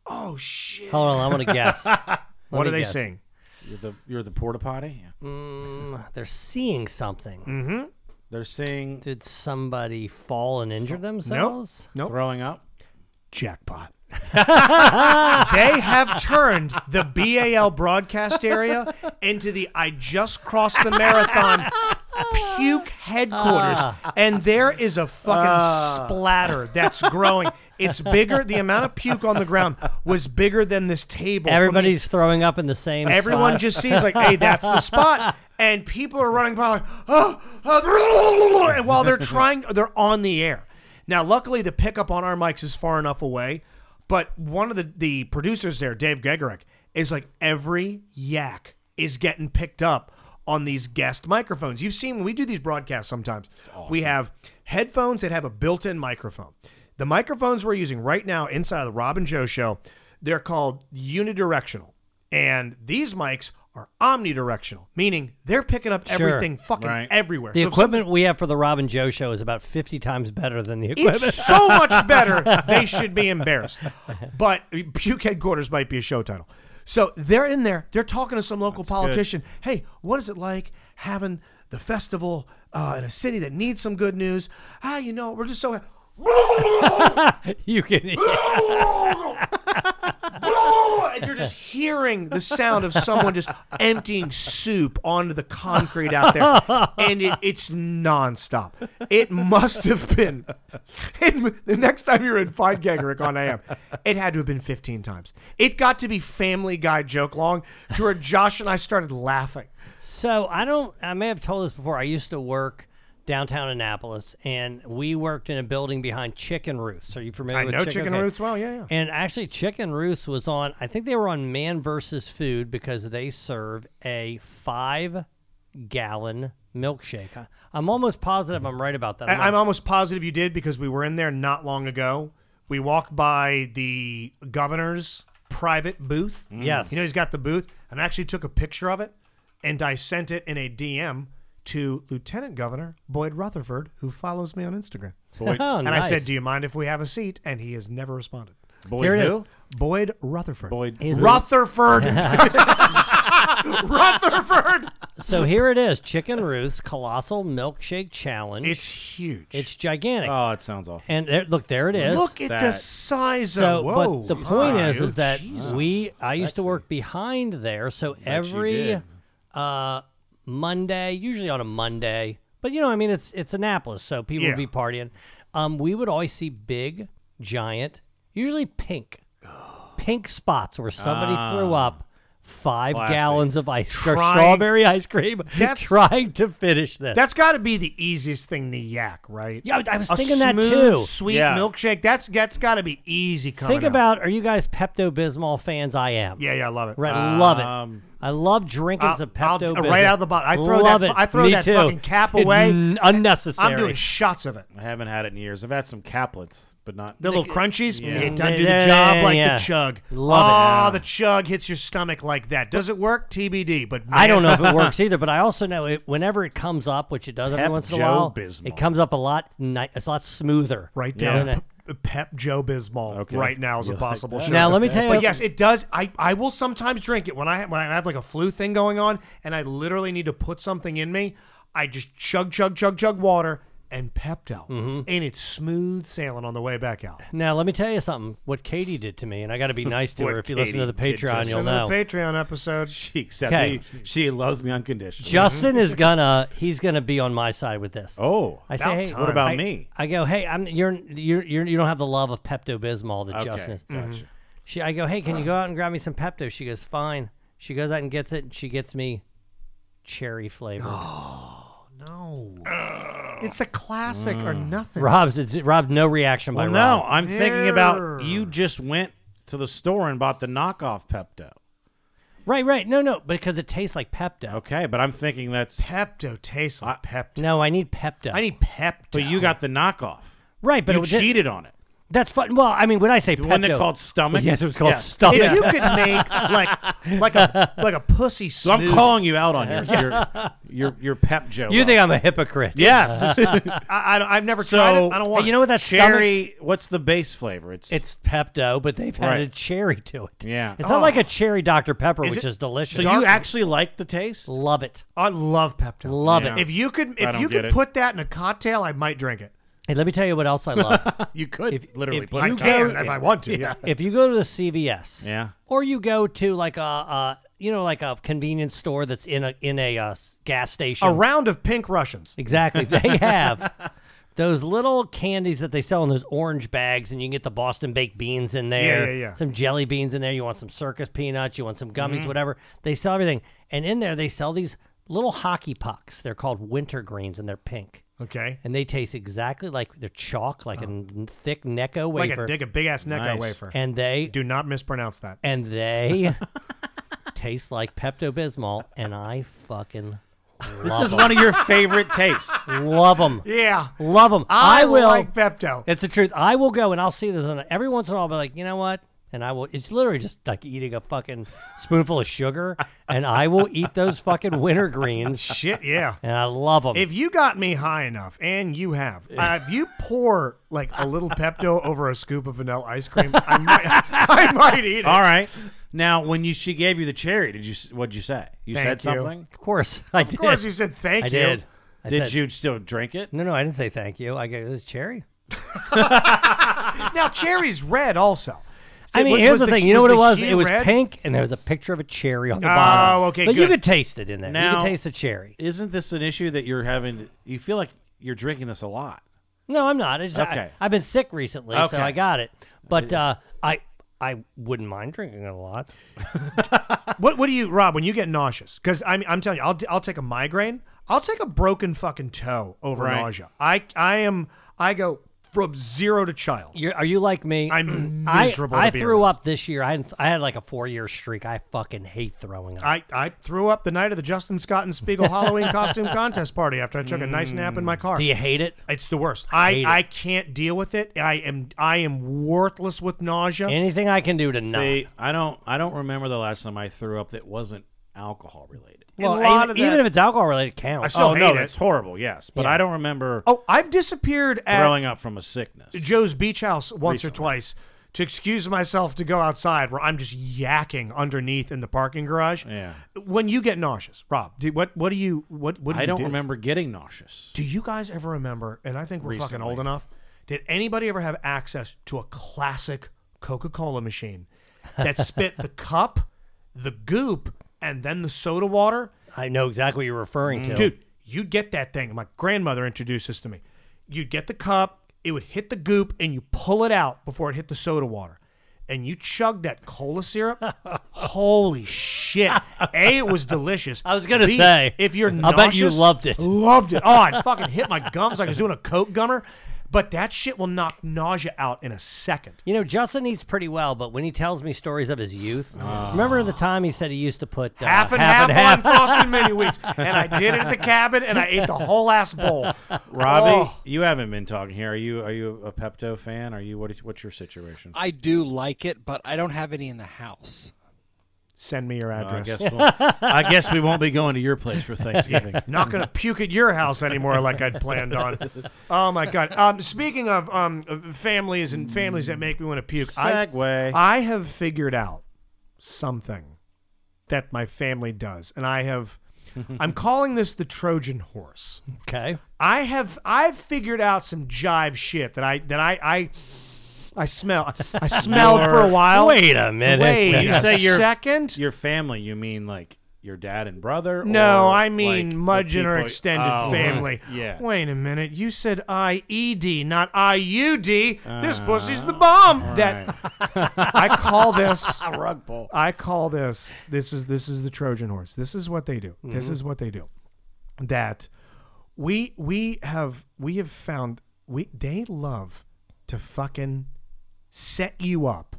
oh shit.
Hold on, I want to guess. Let
what
me
do they
guess.
sing?
You're the you're the porta potty. Yeah.
Mm, they're seeing something.
Mm-hmm.
They're seeing
Did somebody fall and injure themselves?
Nope.
throwing up.
Jackpot. they have turned the BAL broadcast area into the I just crossed the marathon puke headquarters.
Ah.
And there is a fucking
Ah.
splatter that's growing. It's bigger. The amount of puke on the ground was bigger than this table. from the-
Everybody's throwing up in the same.
Everyone
spot.
just sees like, hey, that's the spot, and people are running by like, oh, oh, and while they're trying, they're on the air. Now, luckily, the pickup on our mics is far enough away, but one of the the producers there, Dave Gegerick, is like every yak is getting picked up on these guest microphones. You've seen when we do these broadcasts sometimes, we have headphones that have a built-in microphone. The microphones we're using right now inside of the Rob and Joe show, they're called unidirectional. And these mics are omnidirectional, meaning they're picking up
Sure.
everything fucking everywhere.
The
So if
equipment we have for the Rob and Joe show is about fifty times better than the
something-
equipment.
It's so much better. They should be embarrassed. But puke headquarters might be a show title. So they're in there. They're talking to some local politician. Hey, what is it like having the festival uh, in a city that needs some good news? Ah, you know, we're just so. ha-
you can.
and you're just hearing the sound of someone just emptying soup onto the concrete out there, and it, it's nonstop. It must have been. It, the next time you're in Fine Gaggerick on AM, it had to have been 15 times. It got to be Family Guy joke long to where Josh and I started laughing.
So I don't. I may have told this before. I used to work downtown Annapolis, and we worked in a building behind Chicken Roots. Are you familiar
I
with
know
Chicken,
Chicken
Okay.
Roots well, yeah, yeah.
And actually, Chicken Roost was on. I think they were on Man versus Food because they serve a five-gallon milkshake. I- I'm almost positive I'm right about that.
I, I'm almost positive you did because we were in there not long ago. We walked by the governor's private booth.
Yes.
You know, he's got the booth, and I actually took a picture of it and I sent it in a DM to Lieutenant Governor Boyd Rutherford, who follows me on Instagram.
Boyd. Oh,
and I
nice.
said, Do you mind if we have a seat? And he has never responded.
Boyd Here it who?
Boyd Rutherford.
Boyd
Rutherford. Rutherford.
so here it is: Chicken Roost Colossal Milkshake Challenge.
It's huge.
It's gigantic.
Oh, it sounds awful.
and there, look, there it is.
Look at the
That-
size
So,
of whoa.
but the point
Wow,
is, is
dude.
that
Jesus.
we I used to work behind there, so every
did.
uh, Monday, usually on a Monday, but you know, I mean, it's it's Annapolis, so people
Yeah.
would be partying. Um, we would always see big, giant, usually pink, pink spots where somebody threw up. Five
Classy.
gallons of ice, or
Ah. Trying-
strawberry ice cream.
That's-
trying to finish this.
That's got to be the easiest thing to yak, right?
Yeah, I was
a
thinking that
smooth,
too.
Sweet
Yeah.
milkshake. That's that's got to be easy coming.
Think
up.
about, are you guys Pepto Bismol fans? I am.
Yeah, yeah, I love it.
Right, love
Um,
it. I love drinking
I'll-
some
I'll-
Pepto.
right out of the bottle. I throw
love
that.
It.
I throw
Me
that
too.
fucking cap
It-
away.
n- unnecessary.
I'm doing shots of it.
I haven't had it in years. I've had some caplets, but not
The little crunchies.
Yeah.
It doesn't do
Yeah, yeah,
the job
yeah,
like
yeah.
the chug.
Love it.
Ah, the chug hits your stomach like that. Does it work? TBD. But
I don't know
man-
if it works either, but I also know it, whenever it comes up, which it does every
Pep
once in a
Joe
while,
Bismol.
it comes up a lot. Ni- it's a lot smoother.
Write
Yeah.
down
Yeah.
P- Pep Joe Bismol
Okay.
right now is a
You like
possible
that?
shot.
Now, let me tell you-
But yes, it does. I, I will sometimes drink it when I when I have like a flu thing going on and I literally need to put something in me. I just chug chug chug chug water and Pepto,
Mm-hmm.
and it's smooth sailing on the way back out.
Now let me tell you something. What Katie did to me, and I got to be nice to
What
her. If you listen to the
Katie did to us.
Patreon, you'll
Listen to
know.
the Patreon episode.
She accepted.
Okay.
She loves me unconditionally.
Justin
Mm-hmm.
is gonna he's gonna be on my side with this.
Oh,
I
about
say, hey,
time. What about
I-
me?
I go, hey, I'm you're you're, you're you don't have the love of Pepto Bismol that
Okay,
Justin is.
gotcha.
She, I go, hey, can you go out and grab me some Pepto? She goes, fine. She goes out and gets it, and she gets me cherry flavor.
Oh,
No, it's a classic or
Mm.
nothing.
Rob's it's, Rob, no reaction by
Well,
Rob.
no, I'm thinking about you just went to the store and bought the knockoff Pepto.
Right, right. No, no, because it tastes like Pepto.
Okay, but I'm thinking that's
Pepto tastes like Pepto.
No, I need Pepto.
I need Pepto.
But you got the knockoff.
Right, but
you
it was-
cheated on it.
That's fun. Well, I mean, when I say
The
Pepto,
one that called stomach?
yes, it was called
Yeah.
stomach.
If you could make like like a like a pussy
So I'm
smoothie-
calling you out on your
Yeah.
your, your your Pep joke.
You think I'm a hypocrite?
Yes.
I, I I've never tried it. I don't want.
Hey, you know what that
cherry? What's the base flavor? It's
It's Pepto, but they've added
Right.
cherry to it.
Yeah.
It's not like a cherry Dr. Pepper,
Is
which
it-
is delicious.
So you actually like the taste?
love it.
I love Pepto.
Love it.
If you could,
I
if
don't
you
get
could
it.
put that in a cocktail, I might drink it.
Hey, let me tell you what else I love.
you could
If-
literally
if
put
you
it
go-
in.
if I want to, yeah.
if you go to the CVS,
Yeah.
or you go to like a, uh, you know, like a convenience store that's in a in a uh, s- gas station.
A round of pink Russians.
Exactly. They have those little candies that they sell in those orange bags, and you can get the Boston baked beans in there.
Yeah, yeah, yeah.
Some jelly beans in there. You want some circus peanuts. You want some gummies,
Mhm.
whatever. They sell everything. And in there, they sell these little hockey pucks. They're called winter greens, and they're pink.
Okay.
And they taste exactly like they're chalk, like a n- thick Necco
Oh. Like a
wafer.
dig- a big-ass Necco Nice. wafer.
And they
do not mispronounce that.
And they taste like Pepto Bismol, and I fucking.
This
love
is
'em.
one of your favorite tastes.
Love them.
Yeah.
Love them.
I
I, will.
like Pepto.
It's the truth. I will go and I'll see this. And every once in a while, I'll be like, you know what? And I will. It's literally just like eating a fucking spoonful of sugar. And I will eat those fucking winter greens.
Shit, yeah.
And I love them.
If you got me high enough, and you have, uh, if you pour like a little Pepto over a scoop of vanilla ice cream, I might, I might eat it.
All right. Now, when you she gave you the cherry, did you s- what'd you say? You
Thank
said
you.
something?
Of course, I
Of
did.
course you said thank
I
you.
Did. I
did
said-
you still drink it?
No, no, I didn't say thank you. I go, this is cherry.
Now cherry's red also.
I mean,
Was-
here's
was
the thing. You
was
know what
the
it was?
hue
It was
red?
pink, and there was a picture of a cherry on the
Oh,
bottom.
okay,
but you
good.
could taste it in there. you
Now-
could taste the cherry.
Isn't this an issue that you're having? You feel like you're drinking this a lot.
No, I'm not. I just,
Okay.
I, have been sick recently,
Okay.
so I got it. But uh, I I wouldn't mind drinking it a lot.
What What do you, Rob? When you get nauseous, because I'm I'm telling you, I'll I'll take a migraine. I'll take a broken fucking toe over
Right.
nausea. I I am I go from zero to child.
You're, are you like me?
I'm
I-
miserable.
I,
to be
threw
around.
up this year. I had, I had like a four year streak. I fucking hate throwing up.
I, I threw up the night of the Justin Scott and Spiegel Halloween costume contest party after I took a nice nap in my car.
Do you hate it?
It's the
Mm.
worst.
Hate
I,
it.
I can't deal with it. I am I am worthless with nausea.
Anything I can do to not.
See, I don't. I don't remember the last time I threw up that wasn't alcohol related.
Well,
a lot
even,
of
even
that-
if it's alcohol related, counts.
I still
oh no,
hate it.
that's horrible. Yes, but
Yeah.
I don't remember
Oh, I've disappeared at
throwing up from a sickness.
Joe's Beach House once or
Recently.
twice to excuse myself to go outside where I'm just yakking underneath in the parking garage.
Yeah.
When you get nauseous, Rob, do, what what do you what what do
I
you
don't
do?
remember getting nauseous.
Do you guys ever remember? And I think we're fucking
Recently.
old enough. Did anybody ever have access to a classic Coca-Cola machine that spit the cup, the goop, and then the soda water?
I know exactly what you're referring to.
Dude, you get that thing. My grandmother introduced this to me. You get the cup, it would hit the goop, and you pull it out before it hit the soda water. And you chug that cola syrup. Holy shit. A, it was delicious.
I was gonna
B,
say,
If you're
I bet you
nauseous,
loved it.
Loved it. Oh, I fucking hit my gums like I was doing a Coke gummer. But that shit will knock nausea out in a second.
You know, Justin eats pretty well, but when he tells me stories of his youth, remember the time he said he used to put uh,
Ah. half and half,
half,
on Boston mini wheats. And I did it at the cabin and I ate the whole ass bowl.
Robbie,
Oh.
you haven't been talking here. Are you? Are you a Pepto fan? Are you? What, is- what's your situation?
I do like it, but I don't have any in the house.
Send me your
No, I
address.
guess. We'll, I guess we won't be going to your place for Thanksgiving.
Not going to puke at your house anymore like I'd planned on. Oh my god. Um, speaking of um, of families and families that make me want to puke.
Segue.
I, I have figured out something that my family does, and I have I'm calling this the Trojan horse.
Okay.
I have I've figured out some jive shit that I that I I I smell I smelled for a while.
Wait a minute.
Wait
you
a
say your
second?
Your family? You mean like your dad and brother?
No,
or
I mean
like the
Mudge and her
people-
extended
Oh,
family.
Yeah.
Wait a minute. You said I E D, not I U D. This
Uh,
pussy's the bomb.
all
That I call this
Rug pull.
I call this this is this is the Trojan horse. This is what they do. This
Mhm.
is what they do. That we we have we have found we they love to fucking set you up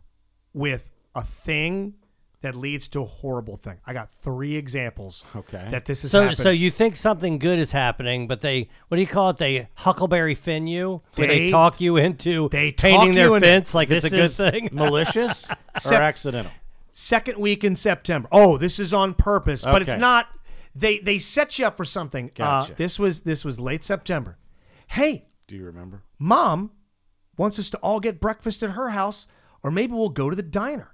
with a thing that leads to a horrible thing. I got three examples. Okay. That this is
so so you think something good is happening, but they what do you call it? They Huckleberry Finn you, where they,
They-
talk you into
they
painting
talk
their
you into-
fence like it's a
This
good
is
thing.
malicious or accidental? second week in September. Oh, this is on purpose, but it's
Okay.
not. They they set you up for something. Uh,
Gotcha.
this was this was late September. Hey,
Do you remember?
mom wants us to all get breakfast at her house, or maybe we'll go to the diner.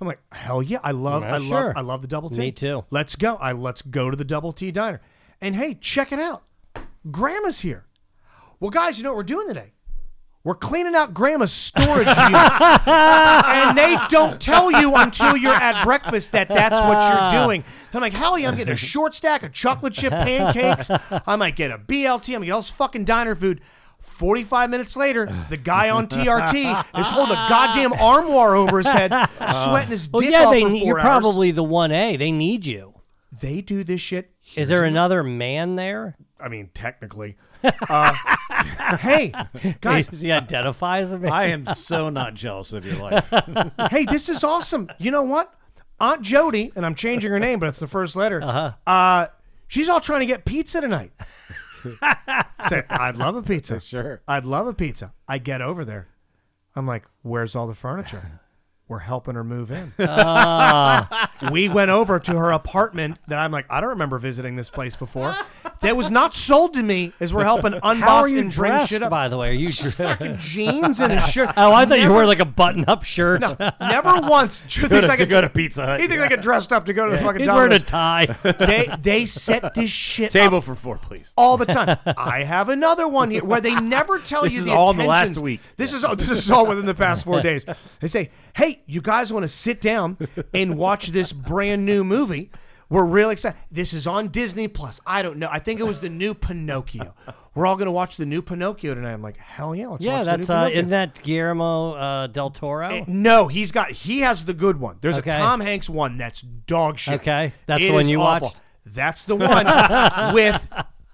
I'm like, hell yeah, I love,
Yeah,
I
sure.
love, I love the double T.
Me too.
Let's go. I let's go to the double T diner. And hey, check it out. Grandma's here. Well, guys, you know what we're doing today? We're cleaning out grandma's storage unit. and they don't tell you until you're at breakfast that that's what you're doing. And I'm like, hell yeah, I'm getting a short stack of chocolate chip pancakes. I might get a BLT. I'm going to get all this fucking diner food. 45 minutes later, the guy on TRT is holding a goddamn armoire over his head, sweating his
well,
dick
yeah,
off
they
for
need-
four
you're
hours.
probably the one A. They need you.
They do this shit.
Is there another man there?
I mean, technically. Uh, hey, guys,
Does he identify as a man?
I am so not jealous of your life.
hey, this is awesome. You know what? Aunt Jody, and I'm changing her name, but it's the first letter. Uh-huh. Uh, she's all trying to get pizza tonight. Say, I'd love a pizza. Sure. I'd love a pizza. I get over there. I'm like, where's all the furniture? We're helping her move in.
Ah.
we went over to her apartment that I'm like, I don't remember visiting this place before. That was not sold to me as we're helping unbox
How are you
and bring
dressed,
shit up.
By the way, are you just
fucking jeans and a shirt.
Oh, I thought you
Never-
wore like a button-up shirt. No,
Never once. Drew
Go
thinks
to-
I
to
could
go to Pizza Hut.
He thinks I get dressed up to go to the
Yeah.
fucking.
He's wearing a
Domino's.
tie.
they they set this shit
Table
up
for four, please.
all the time. I have another one here where they never tell
This
you
is
the
all in the last
attentions.
week.
This is all, this is all within the past four days. They say, "Hey, you guys want to sit down and watch this brand new movie?" We're really excited. This is on Disney Plus. I don't know. I think it was the new Pinocchio. We're all going to watch the new Pinocchio tonight. I'm like, hell yeah, let's
yeah,
watch
that's
the new
uh,
Pinocchio.
isn't that Guillermo uh, del Toro?
Uh, No, he's got he has the good one. There's
Okay.
a Tom Hanks one that's dog shit.
Okay, that's
It
the one
is
you
awful.
watched?
That's the one with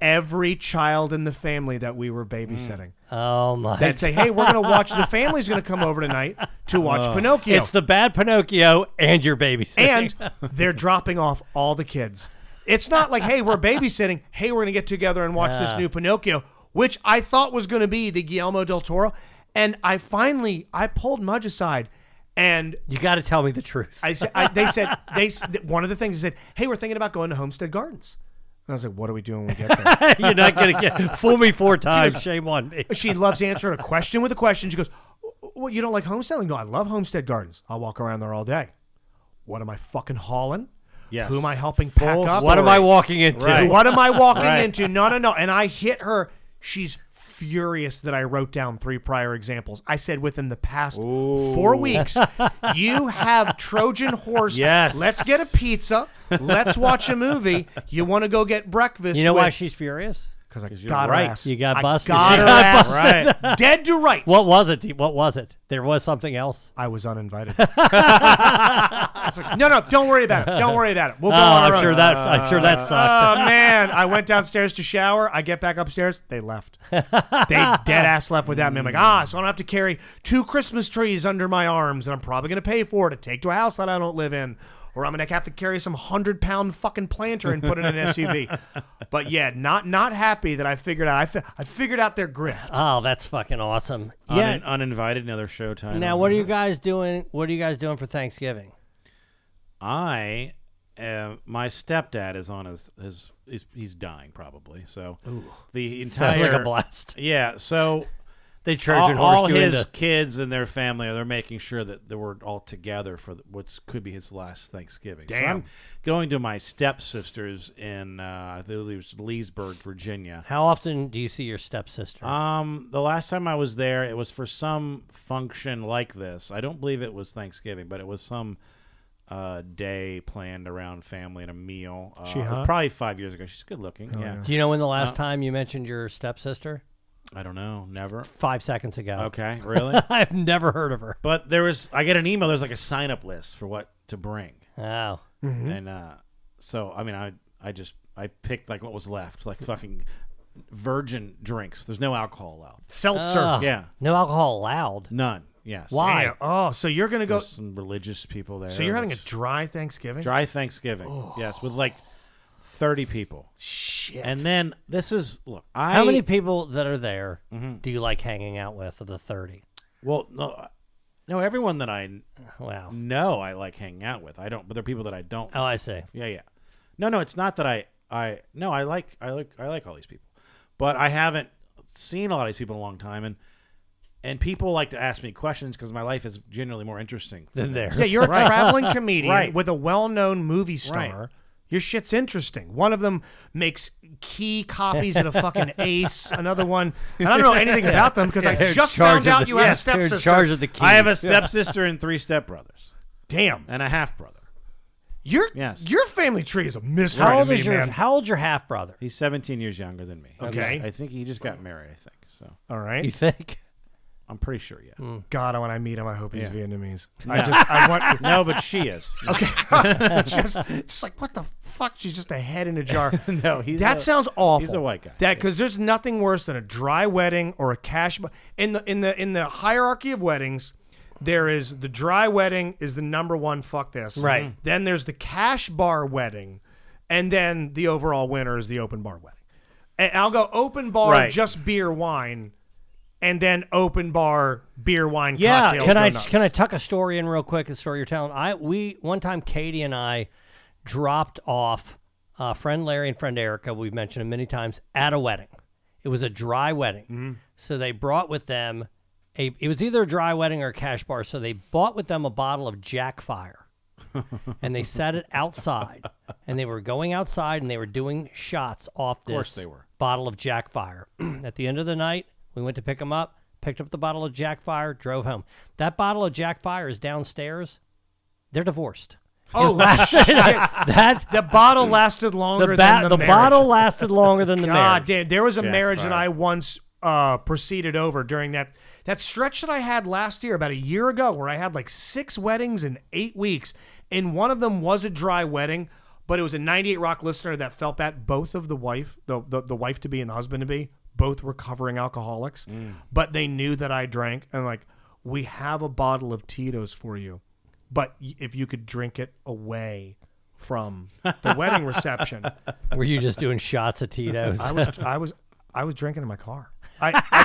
every child in the family that we were babysitting.
oh my!
That say, hey, we're gonna watch. The family's gonna come over tonight to watch
Oh.
Pinocchio.
It's the bad Pinocchio and your baby.
and they're dropping off all the kids. It's not like, hey, we're babysitting. Hey, we're gonna get together and watch this
Yeah.
new Pinocchio, which I thought was gonna be the Guillermo del Toro. And I finally, I pulled Mudge aside, and
you got to tell me the truth.
I said, I, they said, they s- th- one of the things they said, hey, we're thinking about going to Homestead Gardens. And I was like, what are we doing when we get there?
You're not gonna get fool me four times. Shame on me.
she loves answering a question with a question. She goes, well, you don't like Homestead? Like, no, I love Homestead Gardens. I'll walk around there all day. What am I fucking hauling?
Yes.
Who am I helping pack
Full
up?
What am I story. walking into? Right.
What am I walking
Right.
into? No, no, no. And I hit her. She's furious that I wrote down three prior examples. I said within the past four weeks, you have Trojan horse.
Yes.
Let's get a pizza. Let's watch a movie. You want to go get breakfast?
You know why
with-
she's furious?
Because I
you're
got her
right.
ass.
You got
I
busted.
got
She
her
got
ass.
busted. Right.
Dead to rights.
What was it? What was it? There was something else.
I was uninvited. no, no, don't worry about it. Don't worry about it. We'll go
Oh,
on our
I'm
own.
sure that- I'm sure that sucked.
Oh man, I went downstairs to shower. I get back upstairs. They left. They dead ass left with that man. I'm like ah, so I don't have to carry two Christmas trees under my arms, and I'm probably gonna pay for it to take to a house that I don't live in, or I'm gonna have to carry some hundred pound fucking planter and put it in an SUV. But yeah, not not happy that I figured out. I, fi- I figured out their grift.
Oh, that's fucking awesome.
yeah.
Yeah.
uninvited, another showtime.
now, what are you guys doing? What are you guys doing for Thanksgiving?
I am. My stepdad is on his his. He's, he's dying probably. So
Ooh.
the entire
Sounds like a blast.
Yeah. So
They charge
all,
an horse
all
you
his
into-
kids and their family are they're making sure that they were all together for what could be his last Thanksgiving. So
Damn.
I'm going to my stepsisters in uh, I believe it was Leesburg, Virginia.
How often do you see your stepsister?
Um, the last time I was there, it was for some function like this. I don't believe it was Thanksgiving, but it was some uh, day planned around family and a meal. Uh,
She
it was
hot?
Probably five years ago. She's good looking.
Oh,
yeah.
yeah. Do you know when the last
Uh,
time you mentioned your stepsister?
I don't know. Never.
Five seconds ago.
Okay, really?
I've never heard of her.
But there was, I get an email. There's like a sign up list for what to bring.
Oh.
Mm-hmm.
Mhm.
And uh, so, I mean, I, I just, I picked like what was left, like fucking virgin drinks. There's no alcohol allowed.
Seltzer.
Ugh.
yeah.
No alcohol allowed.
None. Yes.
Why? Oh, so you're gonna go.
There's some religious people there.
So you're having a
There's
dry Thanksgiving.
dry Thanksgiving.
Oh.
Yes, with like 30 people.
Shit.
And then this is look. I
How many people that are there do you like hanging out with of the 30?
Well, no, no. Everyone that I
wow
know I like hanging out with. I don't, but there are people that I don't.
Oh, I see.
Yeah, yeah. No, no. It's not that I, I no. I like, I like, I like all these people, but I haven't seen a lot of these people in a long time, and and people like to ask me questions because my life is generally more interesting
Than theirs.
Yeah, you're a
Right.
traveling comedian
Right.
with a well-known movie star.
Right.
Your shit's interesting. One of them makes key copies at a fucking ace. Another one, and I don't know anything about them because
Yeah,
I just
charge
found
of
out
the-
you have a
yes, they're in
stepsister.
charge of the key. I have a stepsister and three stepbrothers.
Damn.
And a half brother.
Your
yes.
your family tree is a mystery.
How
to
old
me,
is your-
man.
How old's your half brother?
He's 17 years younger than me.
Okay.
I think he just got married. I think so.
All right.
You think?
I'm pretty sure. Yeah.
God, when I meet him, I hope he's
Yeah.
Vietnamese.
No.
I just, I want
No, but she is.
Okay, just, just like what the fuck? She's just a head in a jar.
No, he's
that
a-
sounds awful.
he's a white guy.
That because there's nothing worse than a dry wedding or a cash. bu- In the in the in the hierarchy of weddings, there is the dry wedding is the number one. Fuck this. Mm-hmm.
Right. Mhm.
Then there's the cash bar wedding, and then the overall winner is the open bar wedding. And I'll go open bar,
Right.
just beer, wine, and then open bar, beer, wine, cocktails.
Can I
go nuts.
can I tuck a story in real quick? A story you're telling. I we one time Katie and I dropped off uh, friend Larry and friend Erica. We've mentioned him many times at a wedding. It was a dry wedding, so they brought with them a. It was either a dry wedding or a cash bar. So they bought with them a bottle of Jack Fire, and they set it outside. and they were going outside and they were doing shots off this
course they were.
bottle of Jack Fire. At the end of the night, we went to pick them up, picked up the bottle of Jack Fire, drove home. That bottle of Jack Fire is downstairs. They're divorced.
Oh,
It lasted- that
the bottle lasted longer
the,
than the marriage.
bottle lasted longer than the
God
marriage.
damn, there was a
Jack
marriage that
Fire.
I once uh, proceeded over during that that stretch that I had last year, about a year ago, where I had like six weddings in eight weeks, and one of them was a dry wedding, but it was a '98 Rock listener that felt that both of the wife, the the, the wife to be and the husband to be, both were recovering alcoholics,
Mm.
but they knew that I drank and like we have a bottle of Tito's for you, but y- if you could drink it away from the wedding reception.
Were you just doing shots of Tito's?
I was I was I was drinking in my car. I, I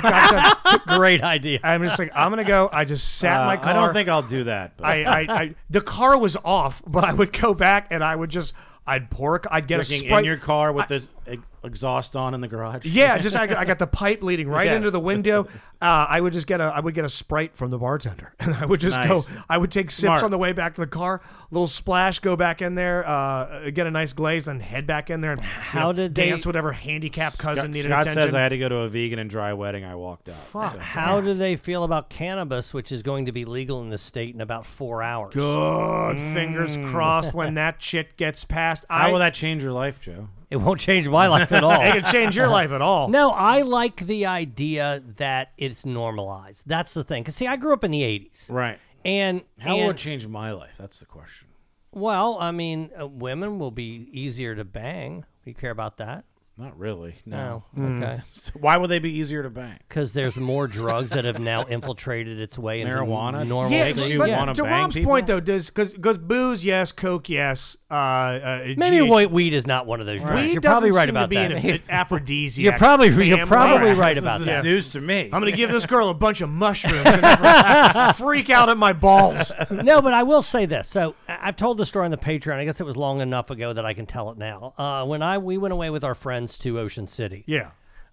got done-
Great idea.
I'm just like I'm gonna go. I just sat in my
Uh,
car.
I don't think I'll do that. but-
I, I, I the car was off, but I would go back and I would just I'd pour. a- I'd get
Drinking
a sprite
in your car with the e- exhaust on in the garage.
Yeah, just I, I got the pipe leading right
Yes.
into the window. Uh, I would just get a I would get a sprite from the bartender, and I would just
Nice.
go. I would take sips
Smart.
on the way back to the car, little splash, go back in there, uh, get a nice glaze, and head back in there and
How did they-
dance whatever handicap cousin
Scott,
needed
Scott
attention.
says I had to go to a vegan and dry wedding. I walked out.
Fuck.
How do they feel about cannabis, which is going to be legal in the state in about four hours?
Good. Fingers crossed when that shit gets passed.
How
I
will that change your life, Joe?
It won't change my life at all.
It can change your life at all.
No, I like the idea that it's normalized. That's the thing. Cause see, I grew up in the '80s,
Right.
and
How will
and-
it change my life? That's the question.
Well, I mean, uh, women will be easier to bang. You care about that?
Not really. No.
No.
Hmm.
Okay.
So Why would they be easier to bang?
Because there's more drugs that have now infiltrated its way into
Marijuana?
normal.
Yeah,
things.
you
but
wanna
to
bang
Rob's
people?
point though, does because booze yes, coke yes, uh, uh,
Maybe
GH
white weed is not one of those drugs.
Weed
You're probably
doesn't
right
seem
about
to be
that.
an a- aphrodisiac.
You're probably- you're
family.
probably Right. right about
This
that.
is news to me.
I'm gonna give this girl a bunch of mushrooms and have her freak out at my balls.
no, but I will say this. So I- I've told the story on the Patreon. I guess it was long enough ago that I can tell it now. Uh, when I we went away with our friends to Ocean City,
Yeah.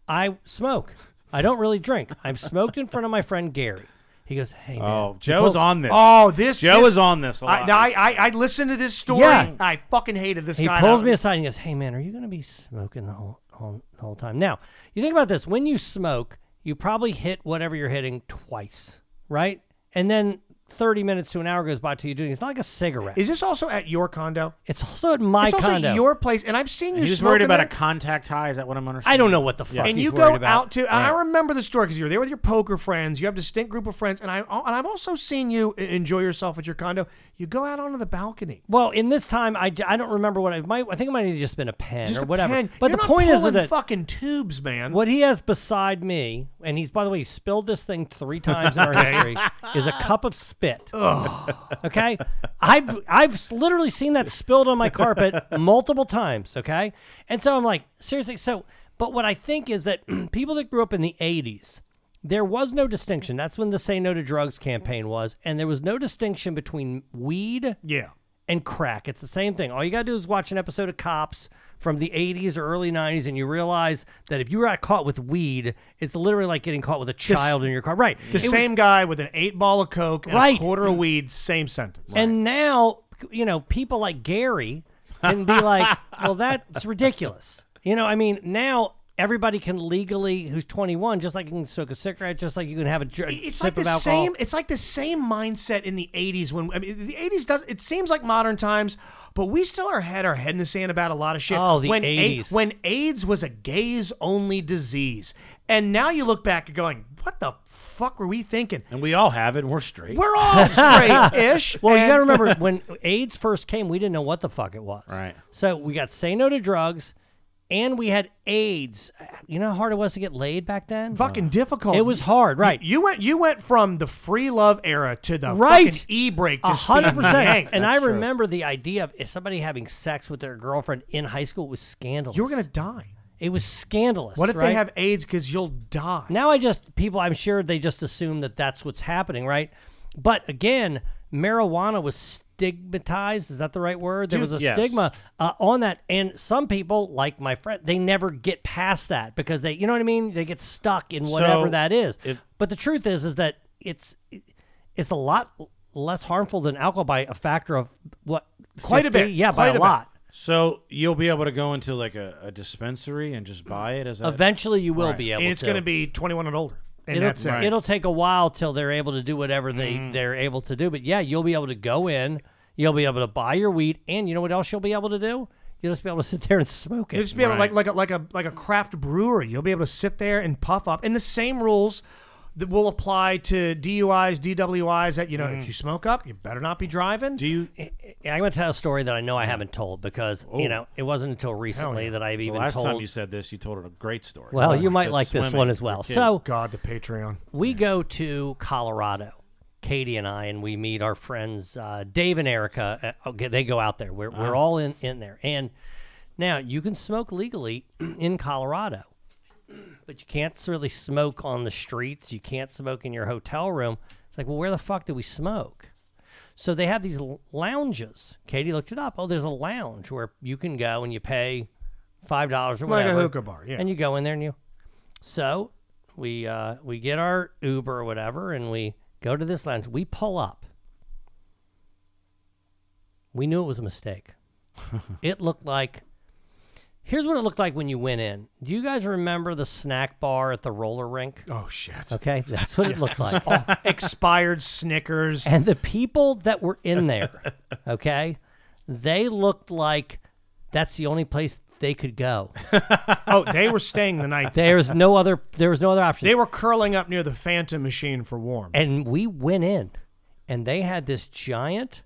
I smoke. I don't really drink. I'm smoked in front of my friend Gary. He goes, "Hey, man."
Oh,
he
Joe's
pulls-
on this.
Oh, this
Joe
this-
is on this. A lot.
I, now, I, I I listened to this story.
Yeah.
I fucking hated this
He
guy.
pulls
now.
me aside and goes, "Hey, man, are you going to be smoking the whole, whole the whole time?" Now, you think about this: when you smoke, you probably hit whatever you're hitting twice, right? And then 30 minutes to an hour goes by till you do it. It's not like a cigarette.
Is this also at your condo?
It's also at my
it's also
condo.
At your place, and I've seen you.
He was worried
smoking
about
there.
a contact high. Is that what I'm understanding?
I don't know what the fuck.
and
he's
you
worried
go
about.
out to. uh, And I
Right.
remember the story because you're there with your poker friends. You have a distinct group of friends, and I and I've also seen you e- enjoy yourself at your condo. You go out onto the balcony.
Well, in this time, I, d- I don't remember what I might. I think it might have just been a pen
Just
or
a
whatever.
pen.
But
You're
the
not
point is
pulling
that
fucking tubes, man.
what he has beside me, and he's by the way, he spilled this thing three times in our
Okay.
history, is a cup of spit. okay, I've I've s- literally seen that spilled on my carpet multiple times. Okay, and so I'm like, seriously. So, but what I think is that people that grew up in the '80s, there was no distinction. That's when the "Say No to Drugs" campaign was, and there was no distinction between weed
Yeah.
and crack. It's the same thing. All you got to do is watch an episode of Cops from the 80s or early 90s, and you realize that if you got caught with weed, it's literally like getting caught with a child in your car. Right.
The
It was-
same guy with an eight ball of coke and
Right.
a quarter of weed. Same sentence.
And now, you know, people like Gary can be like, well, that's ridiculous. You know, I mean, now everybody can legally, who's 21, just like you can smoke a cigarette, just like you can have a dr-
it's
sip
like the
of alcohol.
same. It's like the same mindset in the '80s when I mean the '80s does. It seems like modern times, but we still are head our head in the sand about a lot of shit.
Oh, the
when A-
80s.
when AIDS was a gays only disease, and now you look back and going, what the fuck were we thinking?
And we all have it. and We're straight.
We're all straight-ish.
Well, you
and-
got to remember when AIDS first came, we didn't know what the fuck it was.
Right.
So we got say no to drugs, and we had AIDS. You know how hard it was to get laid back then.
fucking difficult.
It was hard, right?
You, you went you went from the free love era to the
Right.
fucking e break.
A hundred percent. And I remember the idea of if somebody having sex with their girlfriend in high school was scandalous.
you were gonna die.
It was scandalous.
What if
right?
they have AIDS? Because you'll die.
Now I just people I'm sure they just assume that that's what's happening, right? But again, marijuana was stigmatized. Is that the right word? there
Dude,
was a
yes.
stigma uh, on that, and some people, like my friend, they never get past that because they, you know what I mean? They get stuck in whatever
So,
that is.
if-
but the truth is, is that it's it's a lot less harmful than alcohol by a factor of what
Quite a
50?
bit,
yeah,
quite
by
a bit.
a lot.
So you'll be able to go into like a, a dispensary and just buy it as
Eventually, you will
Right.
be able.
and it's
to.
gonna be 21 and older. And
it'll,
that's it.
Right. Mm-hmm.
it'll take a while till they're able to do whatever they, they're able to do. But yeah, you'll be able to go in, you'll be able to buy your weed, and you know what else you'll be able to do? You'll just be able to sit there and smoke
You'll
it.
just be able to, like like a, like a like a craft brewery. You'll be able to sit there and puff up, and the same rules that will apply to DUIs, DWIs. That you know,
Mm-hmm.
if you smoke up, you better not be driving.
Do you?
Yeah, I'm going to tell a story that I know I haven't told because, you know, it wasn't until recently that I've
Oh. The
even
last
told.
time you said this, you told it a great story.
well, you might
The
like this
swimming
one
with
as well.
the kid.
So
God, the Patreon.
we go to Colorado, Katie and I, and we meet our friends uh, Dave and Erica. Uh, okay, they go out there. We're, we're all in, in there. And now you can smoke legally in Colorado, but you can't really smoke on the streets. You can't smoke in your hotel room. It's like, well, where the fuck do we smoke? So they have these l- lounges. Katie looked it up. Oh, there's a lounge where you can go and you pay five dollars or
Like a
whatever.
hookah bar, yeah.
And you go in there and you. So we uh, we get our Uber or whatever, and we go to this lounge. We pull up. We knew it was a mistake. it looked like. Here's what it looked like when you went in. Do you guys remember the snack bar at the roller rink?
Oh shit!
Okay, that's what it looked like.
Oh, expired Snickers.
And the people that were in there, okay, they looked like that's the only place they could go.
Oh, they were staying the night.
There's no other. There was no other option.
They were curling up near the Phantom machine for warm.
and we went in, and they had this giant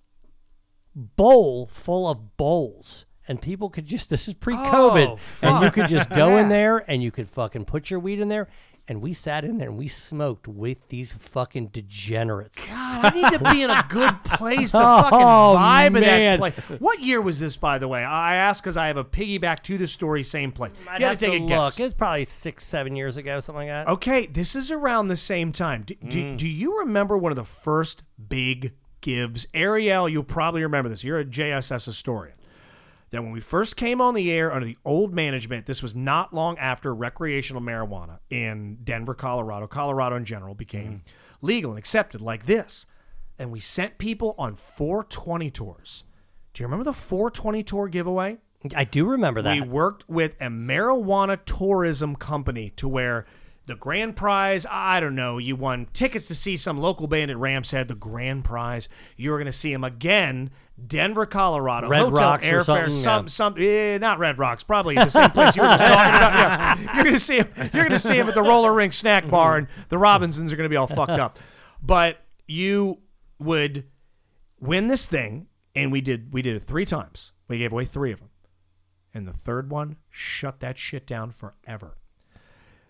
bowl full of bowls, and people could just. This is pre-COVID,
Oh,
and you could just go in
Yeah.
there, and you could fucking put your weed in there. And we sat in there and we smoked with these fucking degenerates.
God, I need to be in a good place. The
Oh,
fucking vibe
man.
of that place. What year was this, by the way? I asked because I have a piggyback to the story, same place.
I'd
you
have
had to take a
look.
guess.
It's probably six, seven years ago, something like that.
Okay, this is around the same time. Do, do, do you remember one of the first big gives? Ariel, you'll probably remember this. You're a JSS historian. that when we first came on the air under the old management, this was not long after recreational marijuana in Denver, Colorado, Colorado in general became legal and accepted like this. And we sent people on 420 tours. Do you remember the 420 tour giveaway?
I do remember that.
We worked with a marijuana tourism company to where the grand prize, I don't know, you won tickets to see some local band at Rams Head, the grand prize. You're going to see him again, Denver, Colorado.
Red
Hotel,
Rocks or
airfare,
something,
some,
yeah.
some, eh, not Red Rocks, probably the same place you were just talking about. Yeah. You're going to see him. You're going to see him at the roller rink snack bar, and the Robinsons are going to be all fucked up. But you would win this thing, and we did. We did it three times. We gave away three of them, and the third one shut that shit down forever.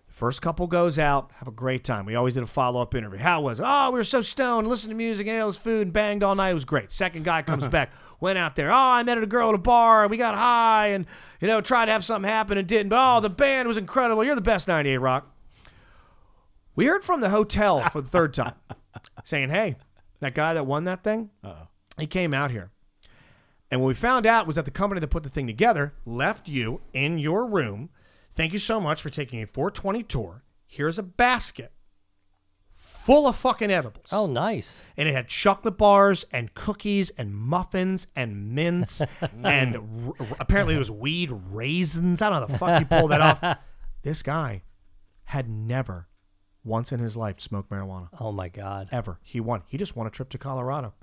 First couple goes out, have a great time. We always did a follow up interview. How was it? Oh, we were so stoned, listened to music, and it was food, and banged all night. It was great. Second guy comes back, went out there. Oh, I met a girl at a bar, and we got high, and you know, tried to have something happen and didn't. But oh, the band was incredible. You're the best 98 Rock. We heard from the hotel for the third time saying, hey, that guy that won that thing,
Uh-oh.
he came out here. And what we found out was that the company that put the thing together left you in your room. Thank you so much for taking a 420 tour. Here's a basket full of fucking edibles.
Oh, nice.
And it had chocolate bars and cookies and muffins and mints and r- r- apparently there was weed raisins. I don't know how the fuck you pulled that off. This guy had never once in his life smoked marijuana.
Oh my god.
Ever. He won. He just won a trip to Colorado.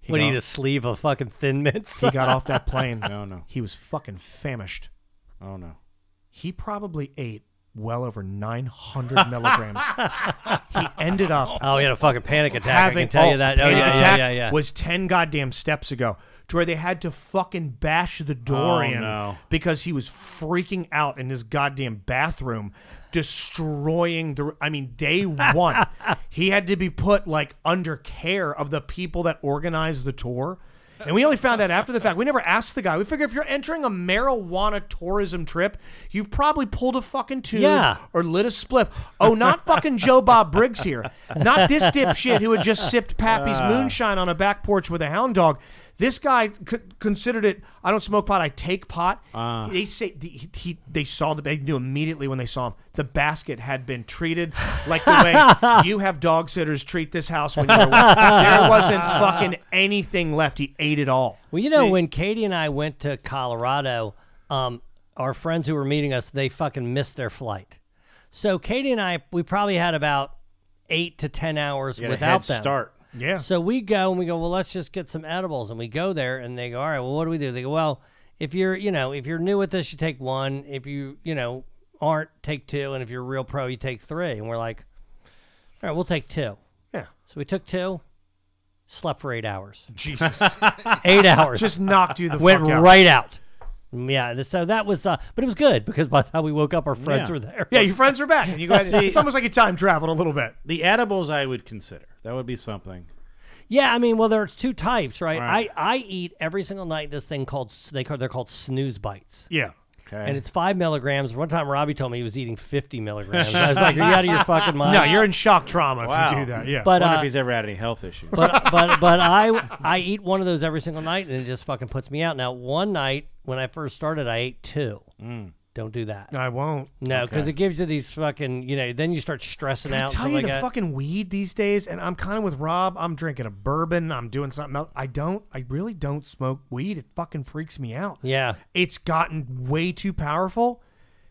He
Would
got-
eat a sleeve of fucking thin mints.
he got off that plane.
No, no.
He was fucking famished.
Oh no.
He probably ate well over 900 milligrams. he ended up
Oh, he had a fucking panic attack. I can
having
tell
oh,
you that. Oh
panic
yeah, yeah,
attack
yeah, yeah.
was 10 goddamn steps ago. To where they had to fucking bash the door
Oh,
in
no.
because he was freaking out in his goddamn bathroom, destroying the. I mean, day one, he had to be put like under care of the people that organized the tour. And we only found out after the fact. We never asked the guy. We figure if you're entering a marijuana tourism trip, you've probably pulled a fucking tube
Yeah.
or lit a spliff. Oh, not fucking Joe Bob Briggs here. Not this dipshit who had just sipped Pappy's
Ah.
moonshine on a back porch with a hound dog. This guy c- considered it. I don't smoke pot. I take pot.
Ah.
they say the, he, he- They saw the. They knew immediately when they saw him. The basket had been treated like the way you have dog sitters treat this house when you're away. There wasn't fucking anything left. He ate it all.
Well, you know, when Katie and I went to Colorado, um, our friends who were meeting us, they fucking missed their flight. So Katie and I, we probably had about eight to ten hours
You had a
without
head
them.
start.
Yeah.
So we go and we go. Well, let's just get some edibles, and we go there, and they go, all right. Well, what do we do? They go, well, if you're, you know, if you're new with this, you take one. If you, you know, aren't, take two, and if you're a real pro, you take three. And we're like, all right, we'll take two.
Yeah.
So we took two, slept for eight hours,
Jesus
eight hours
just knocked you the
went
fuck out.
right out. Mm, Yeah, th- so that was, uh, but it was good because by the time we woke up, our friends
Yeah.
were there.
Yeah, your friends are back, and you guys.
See-
it's almost like you time traveled a little bit.
The edibles I would consider. That would be something.
Yeah, I mean, well, there's two types, right?
Right.
I I eat every single night this thing called s- they call they're called snooze bites,
Yeah.
Okay.
and it's five milligrams. One time, Robbie told me he was eating fifty milligrams. I was like, "Are you out of your fucking mind?"
No, you're in shock trauma if you
Wow.
do that. Yeah.
But uh,
Wonder if he's ever had any health issues.
but but but I I eat one of those every single night, and it just fucking puts me out. Now, one night when I first started, I ate two.
Mm.
Don't do that.
I won't.
No, because it gives you these fucking, you know, then you start stressing
I
out.
tell
and
you
stuff
the
like that.
fucking weed these days, and I'm kind of with Rob. I'm drinking a bourbon. I'm doing something else. I don't. I really don't smoke weed. It fucking freaks me out.
Yeah.
It's gotten way too powerful.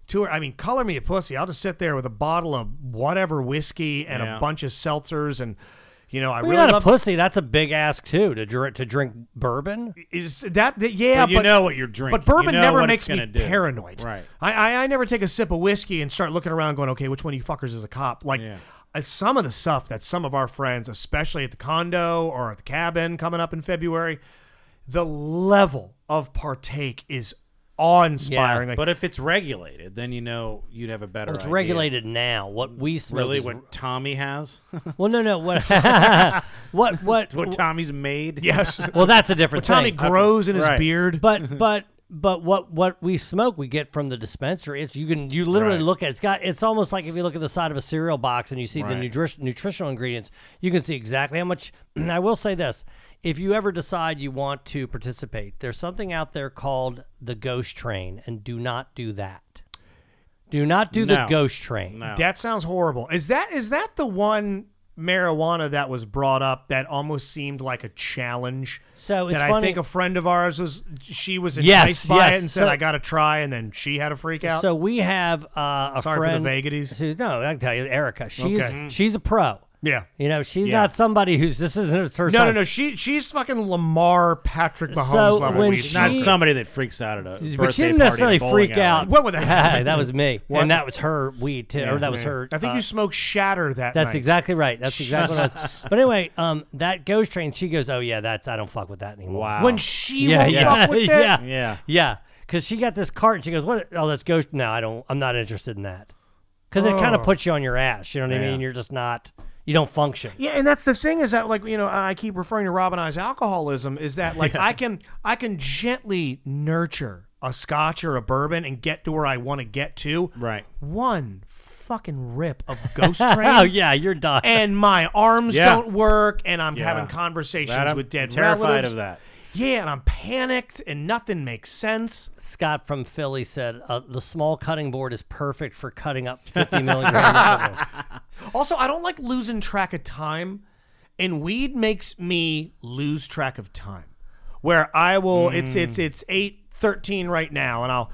To where I mean, color me a pussy. I'll just sit there with a bottle of whatever whiskey and a
Yeah.
bunch of seltzers, and you know, I
Well,
really
you're not
love.
a pussy. That's a big ask too to drink to drink bourbon.
Is that, that yeah?
But you know what you're drinking.
But bourbon
You know
never
what
makes
it's
me
gonna do.
paranoid.
Right.
I, I I never take a sip of whiskey and start looking around going, okay, which one of you fuckers is a cop? Like.
Yeah.
uh, Some of the stuff that some of our friends, especially at the condo or at the cabin coming up in February, the level of partake is awe inspiring.
But if it's regulated, then you know you'd have a better.
Well, it's
idea.
regulated now. What we smoke
Really,
is-
what Tommy has,
Well, no, no. What? what? What?
what Tommy's made.
yes.
Well, that's a different
Tommy
thing.
grows in his
Right.
beard.
But but But what what we smoke, we get from the dispenser. It's you can you literally
Right.
look at it's got it's almost like if you look at the side of a cereal box and you see the
Right.
nutri- nutritional ingredients, you can see exactly how much. And I will say this: if you ever decide you want to participate, there's something out there called the ghost train, and do not do that. Do not do the
No.
ghost train.
That sounds horrible. Is that is that the one marijuana that was brought up that almost seemed like a challenge?
So it's
that I
funny-
think a friend of ours was she was
Yes,
enticed by
yes.
it and said
So-
I got to try, and then she had a freak out.
So we have uh, a
Sorry for the
friend
vagaries.
who's- no, I can tell you, Erica. She's
Okay.
she's a pro.
Yeah.
you know she's
Yeah.
not somebody who's this isn't her first
no, no,
time.
no. She she's fucking Lamar Patrick Mahomes
So
level.
when
weed
she-
Not
smoker.
somebody that freaks out at a birthday
But she didn't
party
necessarily
in a bowling
freak
alley.
out.
What would that happen?
that was me,
What?
and that was her weed too, or that was
Yeah.
her.
I think
uh,
you smoked shatter that.
That's
night.
exactly right. That's exactly what I was.
Jesus.
But anyway, um, that ghost train. She goes, "Oh yeah, that's I don't fuck with that anymore."
Wow.
When she
yeah,
won't
yeah,
fuck with that?
yeah,
Yeah.
yeah. Because she got this cart, and she goes, "What? Oh, that's ghost." No, I don't. I'm not interested in that. Because it kind
Oh.
of puts you on your ass. You know what I
Yeah.
mean? You're just not. You don't function.
Yeah, and that's the thing is that like you know I keep referring to Rob and I's alcoholism is that like I can I can gently nurture a scotch or a bourbon and get to where I want to get to.
Right.
One fucking rip of Ghost Train.
oh yeah, you're done.
And my arms
Yeah.
don't work, and I'm
Yeah.
having conversations
That I'm
with dead
terrified
relatives.
of that.
Yeah, and I'm panicked, and nothing makes sense.
Scott from Philly said uh, the small cutting board is perfect for cutting up 50 milligrams. of this."
Also, I don't like losing track of time, and weed makes me lose track of time. Where I will, it's
Mm.
it's it's eight thirteen right now, and I'll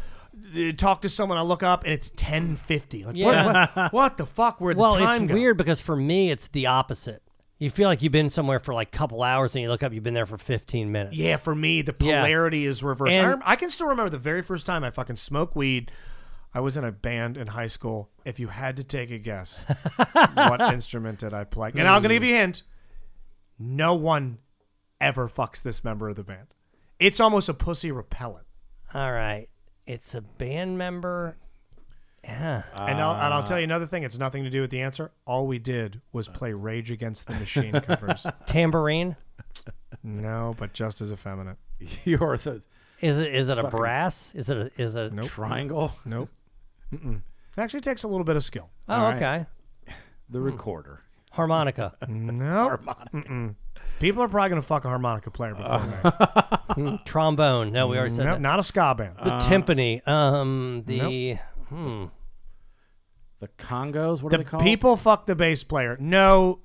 uh, talk to someone. I will look up, and it's ten fifty. Like
Yeah.
what, what? What the fuck? Where
well,
the time
it's
go?
weird because for me it's the opposite. You feel like you've been somewhere for like a couple hours and you look up, you've been there for 15 minutes.
Yeah, for me, the
Yeah.
polarity is reversed. I,
And-
rem- I can still remember the very first time I fucking smoked weed. I was in a band in high school. If you had to take a guess, what instrument did I play? And I'm going to give you a hint. No one ever fucks this member of the band. It's almost a pussy repellent.
All right. It's a band member. Yeah.
and, I'll, and I'll tell
Ah.
you another thing. It's nothing to do with the answer. All we did was play Rage Against the Machine covers.
Tambourine?
no, but just as effeminate.
You're the
Is it is it a
Fucking-
brass? Is it a, is it a
Nope.
triangle,
Nope. Mm-mm. It actually takes a little bit of skill.
Oh,
All right.
okay.
the
Hmm.
recorder.
Harmonica.
No. Mm-mm. People are probably going to fuck a harmonica player before
Uh.
Mm, Trombone. No, we already
that.
said
No,
that.
not a ska band.
Uh,
the timpani. Um the hmm.
The Congos. What are
the
they called?
people fuck the bass player. No,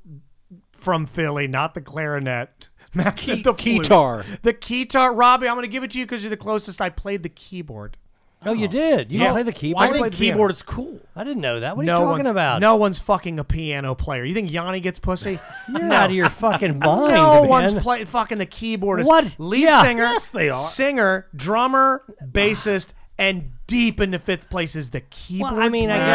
from Philly, not the clarinet. Not
Key-
the flute.
keytar.
The keytar. Robbie, I'm going to give it to you because you're the closest. I played the keyboard.
Oh, you did. You
Yeah.
play the
I
keyboard?
Why-
think
played the piano.
keyboard is cool.
I didn't know that. What are
no
you talking
one's,
about?
No one's fucking a piano player. You think Yanni gets pussy?
You're
no.
out of your fucking mind.
no
man.
one's playing fucking the keyboardist.
What?
Lead
Yeah.
singer,
Yes, they are.
singer, drummer, bassist, and deep into fifth place is the keyboard.
Well, I mean,
player.
I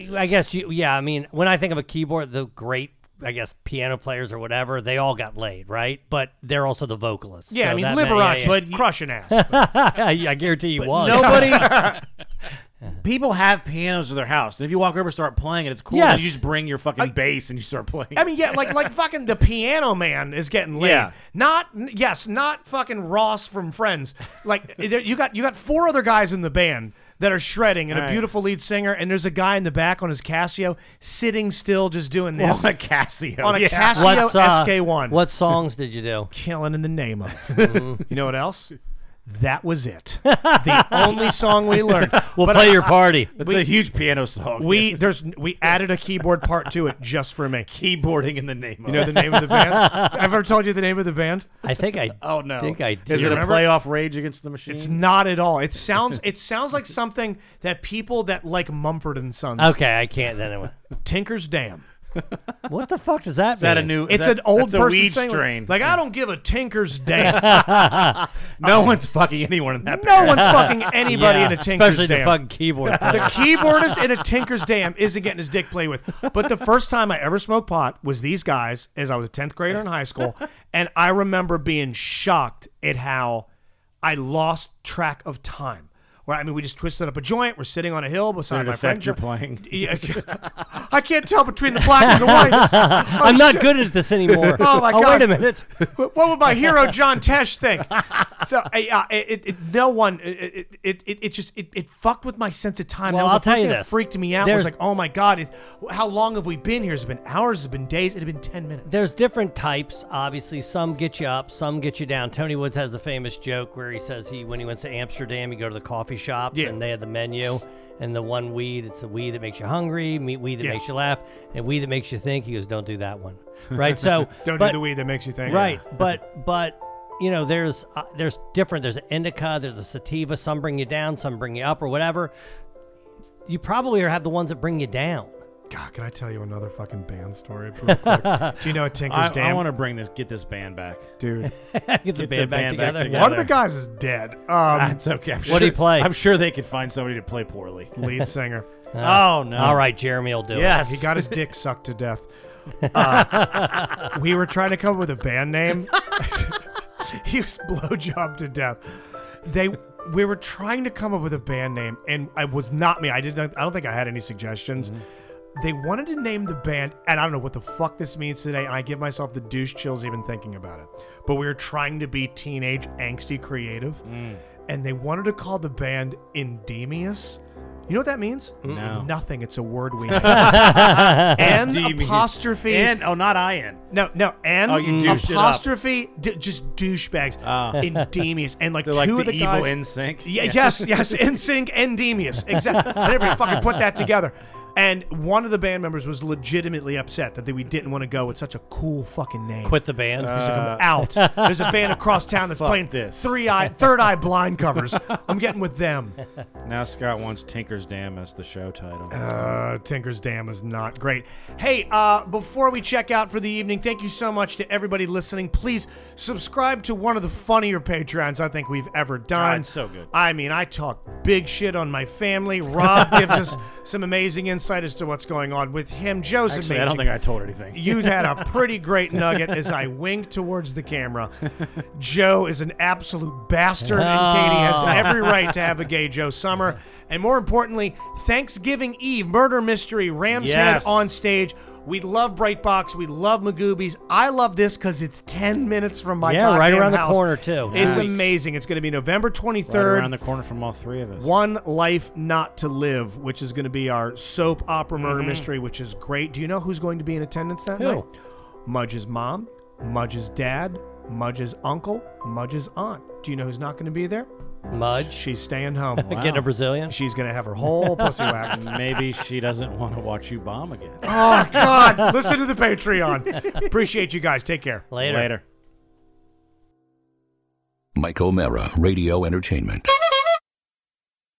guess, uh, I, I guess you, yeah. I mean, when I think of a keyboard, the great, I guess, piano players or whatever, they all got laid, right? But they're also the vocalists.
yeah,
so
I mean,
that
Liberace,
ma-
but crushing ass.
yeah, yeah. I guarantee you was.
Nobody. people have pianos in their house, and if you walk over and start playing it, it's cool.
Yes.
You just bring your fucking bass and you start playing.
I mean, yeah, like like fucking the piano man is getting laid.
Yeah.
Not n- yes, not fucking Ross from Friends. Like there- you got you got four other guys in the band that are shredding and a
Right.
beautiful lead singer, and there's a guy in the back on his Casio sitting still, just doing
on
this
a Casio.
on a
yeah.
Casio
What's, uh,
SK1.
What songs did you do?
killing in the name of.
Mm-hmm.
you know what else? That was it. The only song we learned.
We'll
But
play
I-
your party.
That's
We-
a huge piano song.
We there's we added a keyboard part to it just for me.
keyboarding in the name of.
You know the name of the band? I've ever told you the name of the band?
I think I.
oh no!
Think I
Is
do.
it a
Remember?
playoff Rage Against the Machine?
It's not at all. It sounds it sounds like something that people that like Mumford and Sons.
Okay, I can't. Then anyway.
Tinker's Dam.
What the fuck does that
Is
mean?
that a new? is
It's
that-
an old
that's a
person
weed
saying,
strain. Mm.
Like I don't give a Tinker's Dam. Um,
no one's fucking anyone in that.
no one's fucking anybody
Yeah,
in a Tinker's
especially
Dam.
the fucking keyboard.
the
player.
keyboardist in a Tinker's Dam isn't getting his dick played with. But the first time I ever smoked pot was these guys as I was a 10th grader in high school. And I remember being shocked at how I lost track of time. where I mean, we just twisted up a joint. We're sitting on a hill
Did
beside
it
my
affect
friend.
your playing?
Yeah, I can't tell between the black and the whites. Oh,
I'm not
shit.
good at this anymore.
oh my
Oh,
god!
wait a minute.
What would my hero John Tesh think? So uh, yeah, it, it, it- no one. It it, it, it just it, it fucked with my sense of time.
Well,
That was
I'll
the
tell
first
you
thing that
this.
freaked me out.
There's-
was like, oh my god, it, how long have we been here? It's been hours. It's been days. It had been ten minutes.
There's different types, obviously. Some get you up, some get you down. Tony Woods has a famous joke where he says he when he went to Amsterdam, you go to the coffee shops
Yeah.
and they had the menu and the one weed, it's the weed that makes you hungry, me- weed that
Yeah.
makes you laugh, and weed that makes you think. He goes, Don't do that one. Right. So
Don't do
but-
the weed that makes you think.
Right.
Yeah.
But but you know, there's uh, there's different. There's an indica, there's a sativa, some bring you down, some bring you up or whatever. You probably have the ones that bring you down.
God, can I tell you another fucking band story? real quick? Do you know what
I,
Tinker's Dam?
I want to bring this, get this band back,
dude.
get the band back together.
One of the guys is dead. Um,
That's Ah, okay. I'm sure- I'm sure they could find somebody to play poorly.
Lead singer.
oh no!
All right, Jeremy will do
Yes,
He got his dick sucked to death. Uh, we were trying to come up with a band name. he was blowjob to death. They we were trying to come up with a band name, and I was not me. I didn't. I don't think I had any suggestions.
Mm-hmm.
They wanted to name the band, and I don't know what the fuck this means today. And I give myself the douche chills even thinking about it. But we were trying to be teenage angsty creative,
Mm.
and they wanted to call the band Endemius. You know what that means?
No.
Nothing. It's a word we made. and
Endemius.
apostrophe.
And oh, not Ian.
No, no, and
Oh, you douche it up.
apostrophe, d- just douchebags,
Ah.
Endemius, and like
They're
two
like
of
the
the
evil
guys.
NSYNC.
Yeah,
Yeah.
yes, yes, NSYNC, Endemius, exactly. I never fucking put that together. And one of the band members was legitimately upset that we didn't want to go with such a cool fucking name.
Quit the band.
He's like, I'm out. There's a band across town that's
Uh, Fuck
playing
this.
three eye, third eye blind covers. I'm getting with them.
Now Scott wants Tinker's Dam as the show title.
Uh, Tinker's Dam is not great. Hey, uh, before we check out for the evening, thank you so much to everybody listening. Please subscribe to one of the funnier Patreons I think we've ever done.
God, so good.
I mean, I talk big shit on my family. Rob gives us some amazing insight as to what's going on with him. Joseph,
Actually, I don't
Major-
think I told her anything.
you had a pretty great nugget as I winked towards the camera. Joe is an absolute bastard, and Katie has
Oh.
every right to have a gay Joe Summer. And more importantly, Thanksgiving Eve, murder mystery, Ram's
Yes.
head on stage. We love Brightbox. We love Magoobies. I love this because it's 10 minutes from my
Yeah, right
goddamn
around the
house.
corner, too.
It's
Nice.
amazing. It's going to be November 23rd.
right around the corner from all three of us.
One Life Not to Live, which is going to be our soap opera murder mystery, which is great. Do you know who's going to be in attendance that
Mm-hmm. Who?
night? Mudge's mom, Mudge's dad, Mudge's uncle, Mudge's aunt. Do you know who's not going to be there?
Mudge.
She's staying home.
Getting a Brazilian.
She's going to have her whole pussy waxed.
Maybe she doesn't want to watch you bomb again.
Oh, God. Listen to the Patreon. Appreciate you guys. Take care.
Later.
Later.
Mike O'Mara Radio Entertainment.